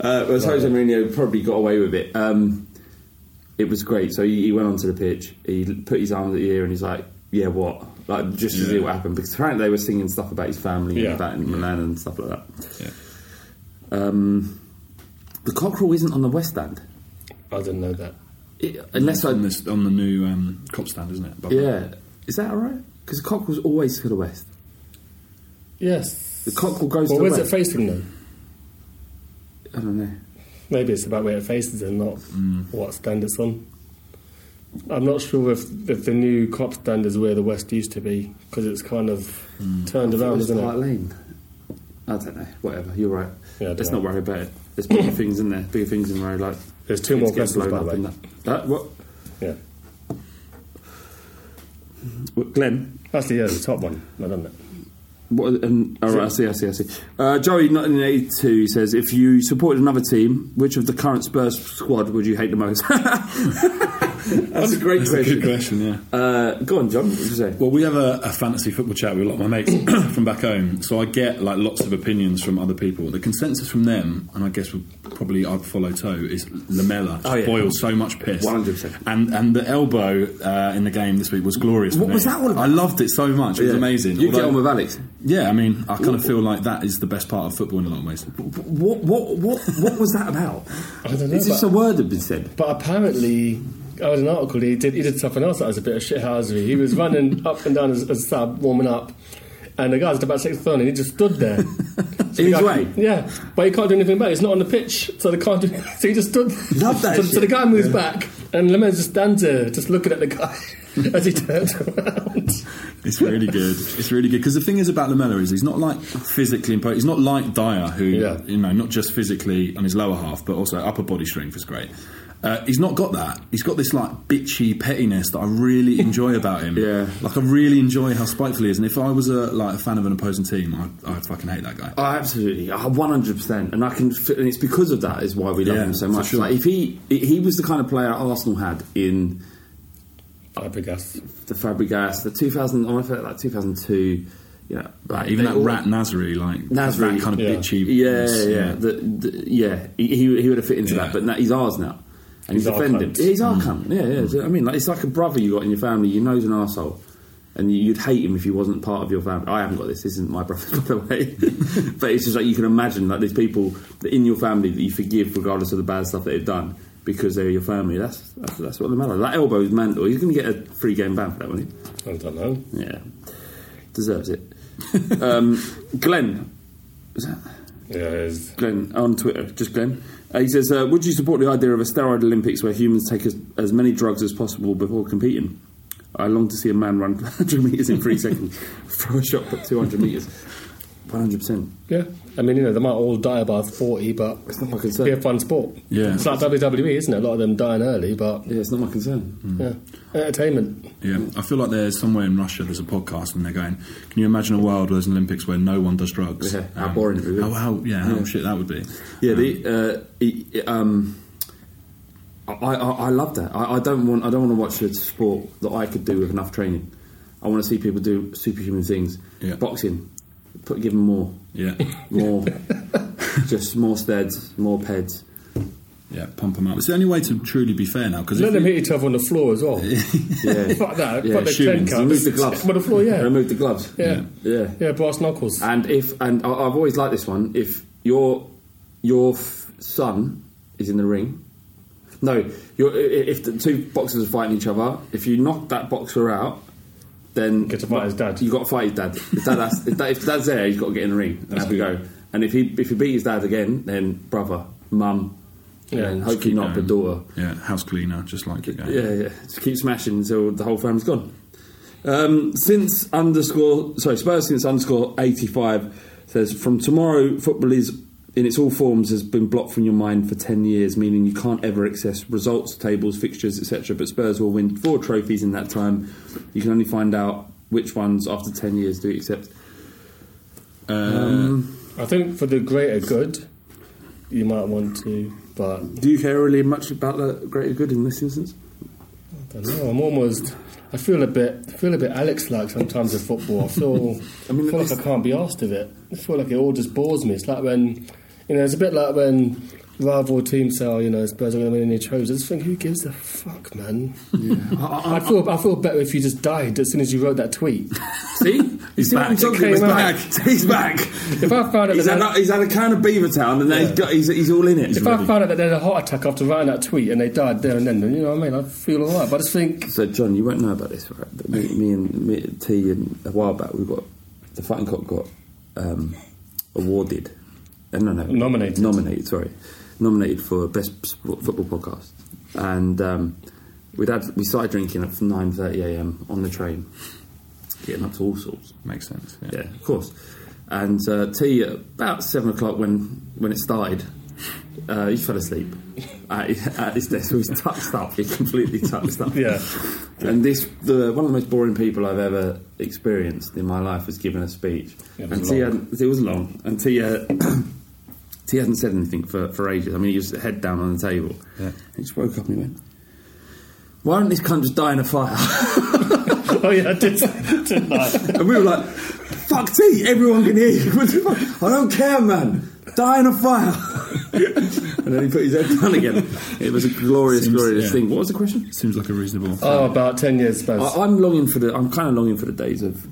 uh, whereas Jose Mourinho probably got away with it. Um, it was great. So he, he went onto the pitch. He l- put his arms at the ear and he's like, "Yeah, what?" Like just to see what happened because apparently they were singing stuff about his family Yeah. and about in Milan and stuff like that. Yeah. Um, the cockerel isn't on the West End, I didn't know that. It- unless I on, this, on the new um, cop stand, isn't it? Above that. yeah. Is that all right? Because the cockerel's always to the west. Yes. The cockerel goes to Well, the where's west. it facing though? I don't know. Maybe it's about where it faces and not what stand it's on. I'm not sure if, if the new cop stand is where the West used to be because it's kind of turned around, It's isn't Park it? Lane. I don't know. Whatever. You're right. Yeah, I don't Let's know. not worry about it. There's bigger things in there. Bigger things in there. Like There's two kids more get questions, blown by the up way. in That. That- what? Yeah. what- Glenn. That's the, yeah, the top one, I done it. What, um, all right, I see, I see, I see. Uh, Joey, 1982, says, if you supported another team, which of the current Spurs squad would you hate the most? That's a great That's a good question. question, yeah. Uh, go on, John. What did you say? Well, we have a, a fantasy football chat with a lot of my mates from back home, so I get like lots of opinions from other people. The consensus from them, and I guess would probably I'd follow toe, is Lamella Oh, yeah. boils so much piss. 100%. And and the elbow uh, in the game this week was glorious. for What me. was that all about? I loved it so much. It was Yeah. amazing. You get Although- on with Alex. Yeah, I mean, I kind of feel like that is the best part of football in a lot of ways. What what what what was that about? I don't know, Is this but- a word that been said? But apparently, I read an article. He did. He did something else that was a bit of shithousery. He was running up and down as a sub, warming up, and the guy was about six thirty, and he just stood there. So In the his guy- way? yeah. But he can't do anything about it. It's not on the pitch, so they can't do. So he just stood. Love that So, so the shit. guy moves back, and Lemon just stands there, just looking at the guy as he turns around. It's really good. It's really good because the thing is about Lamella is he's not like physically imposing. He's not like Dyer, who Yeah. you know, not just physically on his lower half, but also upper body strength is great. Uh, he's not got that. He's got this like bitchy pettiness that I really enjoy about him. Yeah. like I really enjoy how spiteful he is. And if I was a like a fan of an opposing team, I, I fucking hate that guy. Oh, absolutely, one hundred percent, and I can. f- And it's because of that is why we love Yeah, him so for much. sure. Like if he he was the kind of player Arsenal had in Fabregas. the Fabregas, the two thousand, I feel like two thousand two. You know, like Even they that all- rat Nasri, like Nasri, that kind of yeah. bitchy. Yeah, yeah, yeah. The, the, yeah. He, he, he would have fit into Yeah. that, but now, he's ours now, and he's, He's our defended. cunt. He's our cunt. Mm. Yeah, yeah. So, I mean, like, it's like a brother you got in your family. You know he's an asshole, and you, you'd hate him if he wasn't part of your family. I haven't got this. This isn't my brother, by the way. but it's just like you can imagine, like these people that in your family that you forgive regardless of the bad stuff that they've done. Because they're your family, that's that's, that's what the matter. That elbow is mental. He's going to get a free game ban for that, won't I don't know. he? Yeah, deserves it. um, Glenn, was that? Yeah, it is. Glenn on Twitter, just Glenn. Uh, he says, uh, "Would you support the idea of a steroid Olympics where humans take as, as many drugs as possible before competing? I long to see a man run 100 meters in three seconds, throw a shot at 200 meters. 100. percent Yeah. I mean, you know, they might all die by forty, but It's not my it'd be concern. a fun sport. Yeah. It's like WWE, isn't it? A lot of them dying early, but Yeah, it's not my concern. yeah, entertainment. Yeah, I feel like there's somewhere in Russia there's a podcast and they're going, can you imagine a world where there's an Olympics where no one does drugs? Um, Yeah, how boring it would be. How, how, yeah, how Yeah. shit that would be. Um, Yeah, the, uh, he- he- um, I, I, I love that. I, I don't want I don't want to watch a sport that I could do with enough training. I want to see people do superhuman things. Yeah. Boxing, put give them more, Yeah, more, just more steads, more peds. yeah, pump them up. It's the only way to truly be fair now because Let them hit each other on the floor as well. Yeah, Fuck that. Yeah, Fuck the shootings. ten count. Remove the gloves. On the floor, yeah. Remove the gloves. yeah. yeah. Ah. Yeah, brass knuckles. And if and I, I've always liked this one. If your your f- son is in the ring, no, your, i- i- if the two boxers are fighting each other, if you knock that boxer out, then Get to fight his dad. You got to fight his dad. If, dad has, if, dad, if dad's there, he's got to get in the ring and have a go. And if he if he beat his dad again, then brother, mum, Yeah, and just hopefully not the going. daughter. yeah, house cleaner, just like you. Yeah, yeah. Just keep smashing until the whole family's gone. Um, since underscore sorry, Spurs since underscore eighty five says from tomorrow football is in its all forms has been blocked from your mind for ten years, meaning you can't ever access results, tables, fixtures, etc. But Spurs will win four trophies in that time. You can only find out which ones after ten years do you accept. I think for the greater good, you might want to, but I Do you care really much about the greater good in this instance? don't know. I'm almost. I feel a bit. I feel a bit Alex-like sometimes with football. I feel. I mean, feel like it's- I can't be asked of it. I feel like it all just bores me. It's like when, you know, it's a bit like when rival teams say, oh, you know, Spurs are going to win any trophies. I just think, who gives a fuck, man? I, feel. I feel better if you just died as soon as you wrote that tweet. See, he's see what back. I'm talking He's about? back. He's back. If I found out he's that- had, a, he's had a can of Beaver Town, and now he's got he's, he's all in it. If I found out that they had a heart attack after writing that tweet and they died there and then, then you know what I mean? I feel alright. But I just think, So, John, you won't know about this, right? But me, me and me, T and a while back, we got the fighting cock got um, awarded. Uh, no, no, Nominated. Nominated. Sorry, nominated for best sport, football podcast, and um, we'd had we started drinking at nine thirty a.m. on the train, getting up to all sorts. makes sense. Yeah. Yeah, of course. And uh, tea at about seven o'clock when when it started, uh, he fell asleep at, at his desk. He was touched up. He completely touched up. Yeah. And this, the one of the most boring people I've ever experienced in my life was giving a speech. It was and T long. hadn't, it was long. And T, uh, T hadn't said anything for, for ages. I mean, he was head down on the table. Yeah. He just woke up and he went, why don't these cunts just die in a fire? oh yeah, I did, didn't I? and we were like, fuck tea, everyone can hear you. What the fuck? I don't care, man. Die in a fire. and then he put his head down again. It was a glorious, Seems- glorious yeah. thing. What was the question? Seems like a reasonable. Oh, about ten years, I suppose. I, I'm longing for the. I'm kind of longing for the days of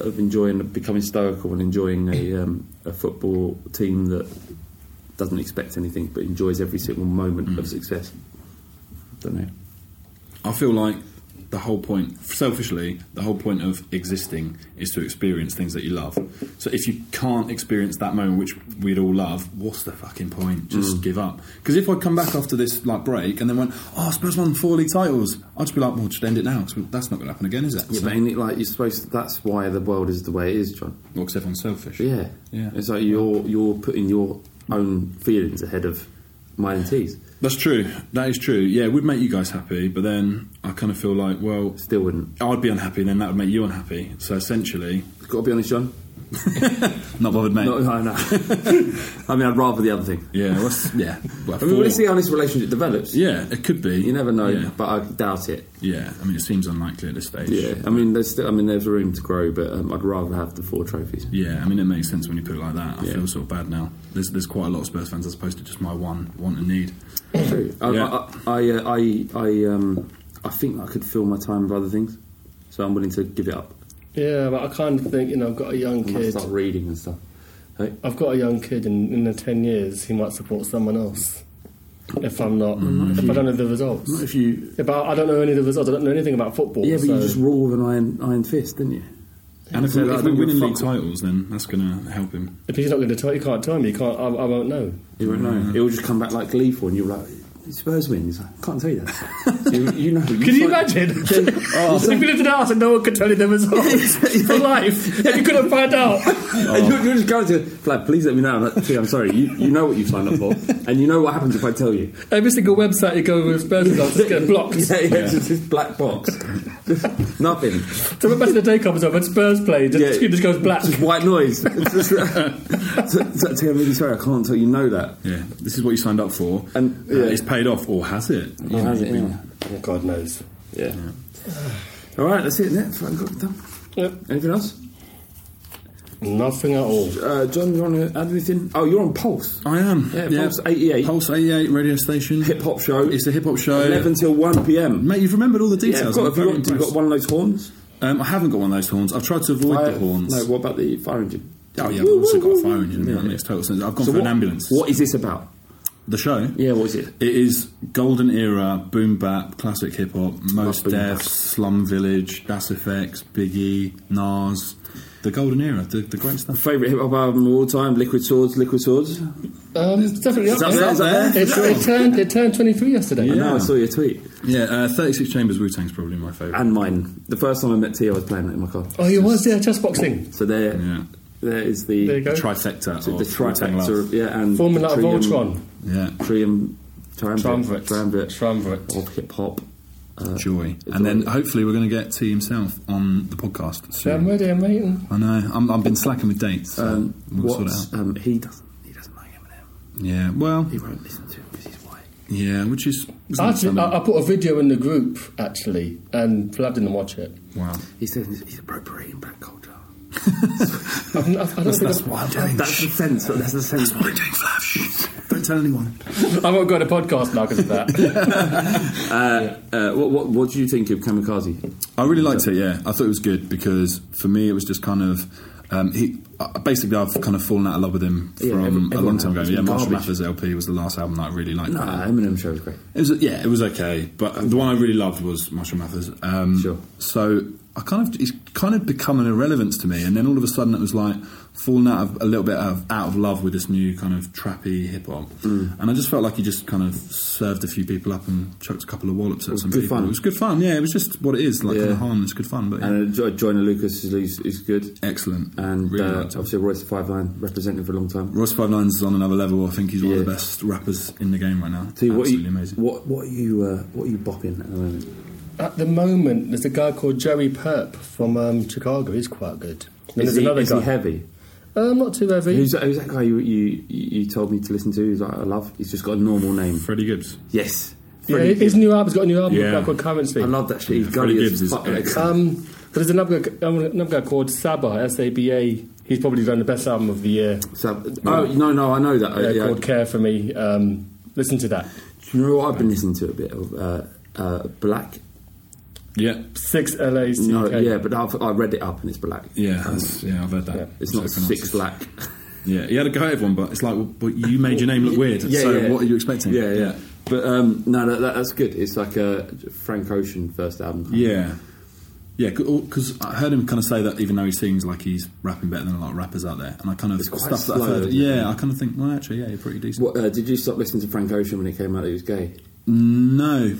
of enjoying becoming stoical and enjoying a um, a football team that doesn't expect anything but enjoys every single moment of success. Don't know. I feel like the whole point, selfishly, the whole point of existing is to experience things that you love. So if you can't experience that moment, which we'd all love, what's the fucking point? Just give up. Because if I come back after this like break and then went, oh, Spurs won four league titles, I'd just be like, well, just end it now. 'cause that's not going to happen again, is it? Yeah, So- but ain't it like you're supposed. that's why the world is the way it is, John. well, because everyone's selfish. Yeah. Yeah. It's like you're you're putting your own feelings ahead of mine and teas. That's true. That is true. Yeah, it would make you guys happy, but then I kind of feel like, well, Still wouldn't. I'd be unhappy, then that would make you unhappy. So essentially, Got to be honest, John. not bothered, mate. No, no, no. I mean, I'd rather the other thing. yeah, what's, yeah. Well, I mean, four- let's see how this relationship develops. Yeah, it could be. You never know, Yeah, but I doubt it. yeah. I mean, it seems unlikely at this stage. Yeah, I mean, there's still, I mean, there's room to grow, but um, I'd rather have the four trophies. Yeah, I mean, it makes sense when you put it like that. I Yeah. feel sort of bad now. There's, there's quite a lot of Spurs fans as opposed to just my one want and need. True. I, Yeah. I, I, uh, I, I, um, I think I could fill my time with other things, so I'm willing to give it up. yeah, but I kind of think you know I've got a young I might kid. start reading and stuff. Hey? I've got a young kid, and in the ten years, he might support someone else. If I'm not, if I don't know the results, If you, Yeah, but I don't know any of the results. I don't know anything about football. yeah, but so you just rule with an iron, iron fist, didn't you? And if, So we, I if we're don't give a winning fuck league titles, then that's going to help him. if he's not going to tell, you can't tell me. You can't. I, I won't know. You won't Mm. know. It will just come back like gleeful, and you're like, Spurs win. He's like, I can't tell you that. So you, you know. Can you imagine? Then- oh, if you lived in house and no one could tell you the results for life, and you couldn't find out. Oh. And you're, you're just going to like, please let me know. I'm like, "Gee, I'm sorry. You, you know what you've signed up for, and you know what happens if I tell you. Every single website you go with Spurs results is getting blocked. Yeah, yeah, it's just this black box. Just nothing. So when the day comes up and Spurs play, just, Yeah. the screen just goes black. Just white noise. It's just, so, so, so, I'm really sorry, I can't tell you know that. Yeah, this is what you signed up for, And- uh, yeah. it's paid off, or has it? You know, it, yeah. Oh, God knows. Yeah. All right, that's it. That's what I've got done. Yep. Anything else? Nothing at all. Uh, John, you want to add anything? Oh, you're on Pulse. I am. Yeah, Pulse 88. Pulse 88 radio station. Hip hop show. It's a hip hop show. 11 till 1 p.m. Mate, you've remembered all the Yeah, I've details. got, I'm have you got, very have you got impressed. one of those horns? Um, I haven't got one of those horns. I've tried to avoid Fire- the horns. No, what about the fire engine? Oh yeah, I've also got a fire engine. in me. Yeah. That makes total sense. I've gone So for an what- ambulance. What is this about? the show? Yeah, what is it? It is golden era boom bap, classic hip hop, most boom deaths, Slum Village, Das Effects, Biggie, Nas, the golden era, the, the great stuff. Favorite hip hop album of all time? Liquid Swords. Liquid Swords. Um, it's definitely up that- there. is that there? It's- It turned. It turned 23 yesterday. I know, I saw your tweet. Yeah, uh, Thirty Six Chambers Wu Tang's probably my favorite. And mine. The first time I met T, I was playing it in my car. Oh, he was there chess boxing. So there, Yeah. there is the There you go. Trifecta, the of Wu-Tang trifecta. love. of- Yeah, and Forming the like trium- Voltron. Yeah, Trium, triumvirate, Triumvirate. triumvirate, Triumvirate. of hip hop. Uh, joy. it's And then all- hopefully we're going to get T himself on the podcast Yeah, I'm soon. ready. I'm waiting. I know. I'm, I've been slacking with dates. So um, we'll sort it what, out. um, he doesn't. He doesn't like Eminem. Yeah. Well. He won't listen to him because he's white. Yeah. Which is. Uh, is Actually, understandable. I, I put a video in the group actually, and Vlad didn't watch it. wow. He says he's appropriating black culture. I've, n- I've, I don't think I've, what I'm doing. That's the sense. That's the sense. I'm doing flash. Don't tell anyone. I won't go to podcast now because of that. Uh, uh, what, what, what do you think of Kamikaze? I really liked it. Yeah, I thought it was good because for me it was just kind of. Um, he uh, basically, I've kind of fallen out of love with him Yeah, every- from a everyone long time ago. has. Yeah, Marshall Garbage. Mathers LP was the last album that I really liked. No, Uh, Eminem show was great. It was yeah, it was okay, but the one I really loved was Marshall Mathers. Um, Sure. So I kind of it's kind of become an irrelevance to me, and then all of a sudden it was like falling out of a little bit of out of love with this new kind of trappy hip hop, Mm. and I just felt like he just kind of served a few people up and chucked a couple of wallops at some good people. fun. It was good fun, yeah. It was just what it is, like kind Yeah. of harmless, good fun, but yeah. And uh, Jo- Joyner Lucas is, is, is good. excellent And really uh, liked him. obviously Royce Five Nine represented for a long time. Ross Five Nines is on another level. I think he's one of Yeah. the best rappers in the game right now. T, what are Absolutely you, amazing. What what are you uh, what are you bopping at the moment? At the moment, there's a guy called Jerry Perp from um, Chicago. He's quite good. And is there's he, another is guy. he heavy? um, not too heavy. Who's, that- who's that guy you, you you told me to listen to? Who's like, I love. He's just got a normal name. Freddie Gibbs. Yes, Yeah, Freddie- his new album's got a new album Yeah. called Currency. I love that shit. He's Freddie gully as Gibbs is fuck. excellent. Um, but there's another guy, another guy called Saba, S A B A. He's probably done the best album of the year. So, oh no, no, I know that. uh, Yeah, yeah. Called Care for Me. Um, listen to that. Do you know what I've been listening to a bit of uh, uh, Black? Yeah, Six LA's. No, yeah, but I've, I read it up and it's Black. Mm, Um, yeah, that's, yeah. I've read that. It's So not pronounced. six black. Yeah, he had a go at everyone, but it's like, well, but you made your name look weird. Yeah, so yeah. what are you expecting? Yeah, yeah. But um, no, that, that, that's good. It's like a Frank Ocean first album. Yeah. Yeah, because I heard him kind of say that even though he seems like he's rapping better than a lot of rappers out there, and I kind of It's quite stuff that slow, I've heard. isn't it? Yeah, I kind of think, well, actually, yeah, you're pretty decent. What, uh, did you stop listening to Frank Ocean when it came out that he was gay? No,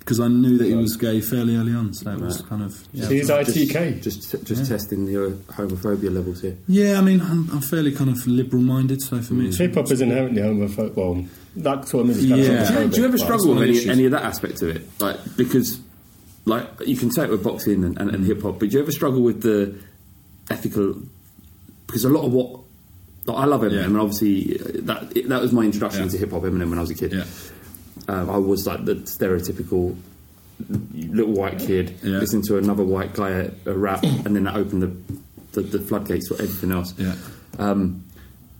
because I knew that he was gay fairly early on, so it was Right. kind of. Yeah, He's ITK. Just, just, just testing the uh, homophobia levels here. yeah I mean, I'm, I'm fairly kind of liberal minded, so for me, it's Mm. Hip hop is inherently homophobic. Well, that sort of music. Yeah. that's Do you, do you ever homophobic, but- struggle with any, issues. any of that aspect of it? Like because, like you can say it with boxing and, and, and hip hop, but do you ever struggle with the ethical? Because a lot of what like, I love Eminem, Yeah. and obviously uh, that it, that was my introduction Yeah. to hip hop Eminem when I was a kid. Yeah. Um, I was like the stereotypical little white kid Yeah. listening to another white guy uh, rap, and then that opened the, the, the floodgates for everything else. Yeah. Um,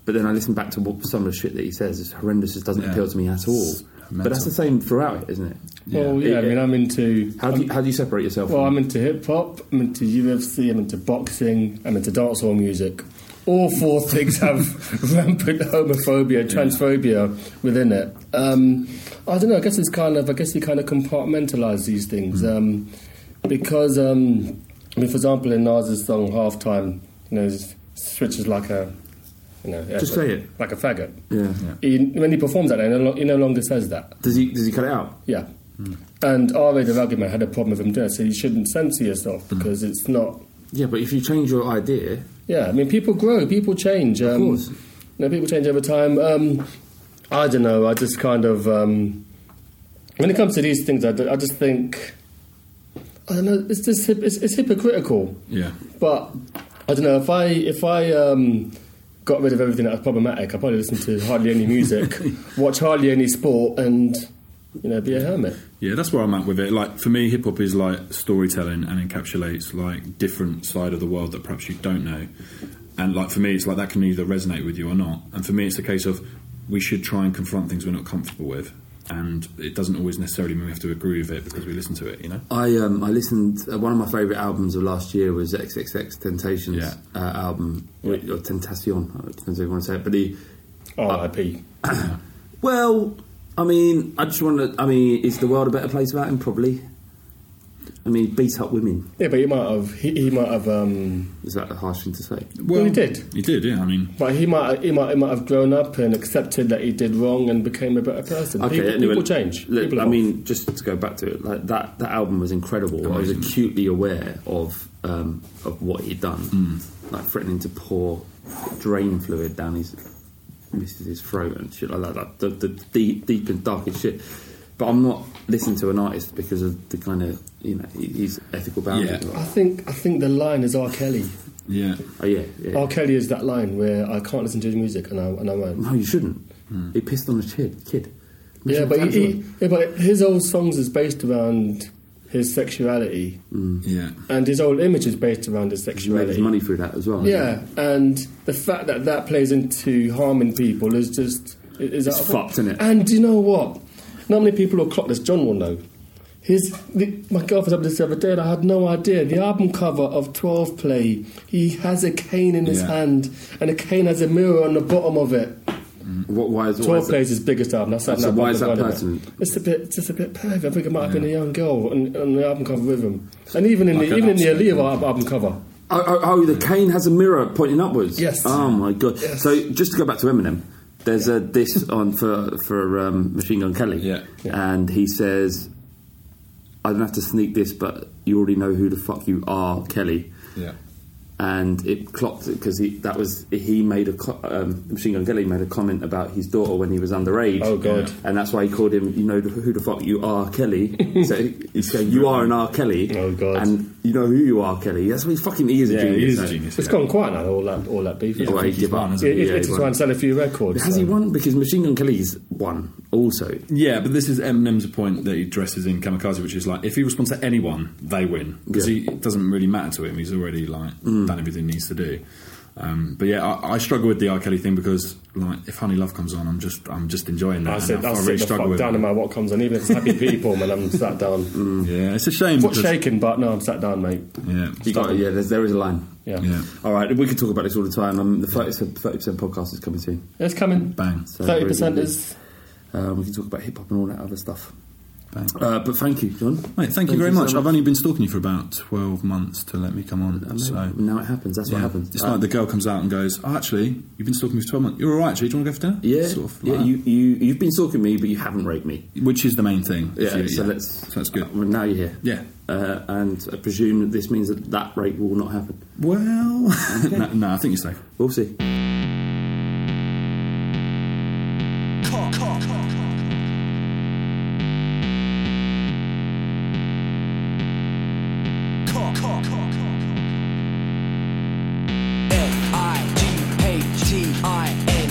but then I listen back to what, some of the shit that he says. It's horrendous. It doesn't Yeah. appeal to me at all. It's But that's mental. the same throughout it, isn't it? Well, yeah, I mean, I'm into. How do you, how do you separate yourself? Well, I'm from into hip hop, I'm into UFC, I'm into boxing, I'm into dancehall music. All four things have rampant homophobia, transphobia within it. Um, I don't know. I guess it's kind of. I guess you kind of compartmentalize these things Hmm. um, because, um, I mean, for example, in Nas's song "Halftime," you know, s- switches like a, you know, yeah, Just say it. like a faggot. Yeah. He, when he performs that, he no, lo- he no longer says that. does he does he cut it out? Yeah. And R. A. the Rugged Man had a problem with him doing it, so you shouldn't censor yourself because it's not. Yeah, but if you change your idea, Yeah, I mean, people grow, people change. Um, course. You know, people change over time. Um, I don't know, I just kind of. Um, when it comes to these things, I, d- I just think. I don't know, it's just hip, it's, it's hypocritical. Yeah. But I don't know if I if I um, got rid of everything that was problematic, I probably listen to hardly any music, watch hardly any sport, and you know be a hermit. Yeah, that's where I'm at with it. Like for me, hip hop is like storytelling and encapsulates like different side of the world that perhaps you don't know. And like for me, it's like that can either resonate with you or not. And for me, it's a case of we should try and confront things we're not comfortable with, and it doesn't always necessarily mean we have to agree with it because we listen to it. You know? I um, I listened. Uh, one of my favourite albums of last year was XXX Tentation's Yeah. uh, album or, or Tentacion. uh, Depends how you want to say it. But he, R.I.P. well, I mean, I just want to. I mean, is the world a better place without him? Probably. I mean, he beat up women. Yeah, but he might have. He, he might have. Um, Is that a harsh thing to say? Well, he did. He did. Yeah. I mean, but he might. He might. He might have grown up and accepted that he did wrong and became a better person. people, anyway, people change. look, people I evolve. mean, just to go back to it, like that, that album was incredible. I was acutely aware of um, of what he'd done, Hmm. like threatening to pour drain fluid down his missus's throat and shit like that. Like, the, the deep, deep and darkest shit. But I'm not listening to an artist because of the kind of you know his ethical boundaries. Yeah. I think. I think the line is R. Kelly. yeah. Oh yeah, yeah. R. Kelly is that line where I can't listen to his music and I and I won't. No, you shouldn't. He pissed on a kid. Kid. Hmm. Yeah, but he, Absolutely. he, yeah, but his old songs is based around his sexuality, Yeah. and his old image is based around his he made his sexuality. money through that as well. Yeah, and the fact that that plays into harming people is just is It's out of- fucked, isn't it? And do you know what? Not many people will clock this. John will know. His the, my girlfriend said this the other day, and I had no idea. The album cover of Twelve Play, he has a cane in his Yeah. hand, and the cane has a mirror on the bottom of it. What, why is, why Twelve is Play is his biggest album. That's So that why is that person? pertinent? It's a bit, it's just a bit pervy. I think it might have been a young girl on, on the album cover with him, and even in Like the an even in the upside Aaliyah down. al- album cover. Oh, oh, oh, the cane has a mirror pointing upwards. Yes. Oh my god. Yes. So just to go back to Eminem, there's a diss on for for um, Machine Gun Kelly. Yeah. And he says, "I don't have to sneak this, but you already know who the fuck you are, Kelly." Yeah. And it clocked it because that was he made a co- um, Machine Gun Kelly made a comment about his daughter when he was underage. Oh, God. And that's why he called him, you know, who the fuck you are, Kelly. so he's saying, "You are an R. Kelly." Oh, God. And You know who you are, Kelly. That's what he fucking he is a Yeah, genius. he is a mate. genius. It's yeah. gone quiet now. All that, all that beef. Well, he he's give won, up. hasn't Yeah, he? it, Yeah, it's he just won. trying to sell a few records. Um, Has he so- won? Because Machine Gun Kelly's won also. Yeah, but this is Eminem's point that he dresses in Kamikaze, which is like if he responds to anyone, they win because Yeah. Mm. he it doesn't really matter to him. He's already like done everything he needs to do. Um, but yeah, I, I struggle with the R. Kelly thing because like if Honey Love comes on, I'm just I'm just enjoying that. I and said, I'll sit the fuck down it. no matter what comes on, even if it's happy people, man, I'm sat down. Yeah, it's a shame. Foot Because, shaking, but no, I'm sat down, mate. Yeah, You got it, yeah, there's, there is a line. Yeah. yeah, All right, we could talk about this all the time. Um, the 30%, 30% podcast is coming soon. It's coming. bang. So 30% we- is. Um, we can talk about hip hop and all that other stuff. Bang. Uh, but thank you, John. Mate, thank, you very much. I've only been stalking you for about 12 months to let me come on. so Um, now it happens. Mm, That's yeah. what happens. It's Uh, like the girl comes out and goes, oh, actually, you've been stalking me for 12 months. You're all right, actually. Do you want to go for dinner? yeah, Sort of yeah. like You, you you've been stalking me, but you haven't raped me. that. Which is the main thing. if Yeah, you- so let's. So that's good. uh, well, now you're here. Yeah. uh, and I presume that this means that that rape will not happen. well, no, no, I think you're safe. We'll see.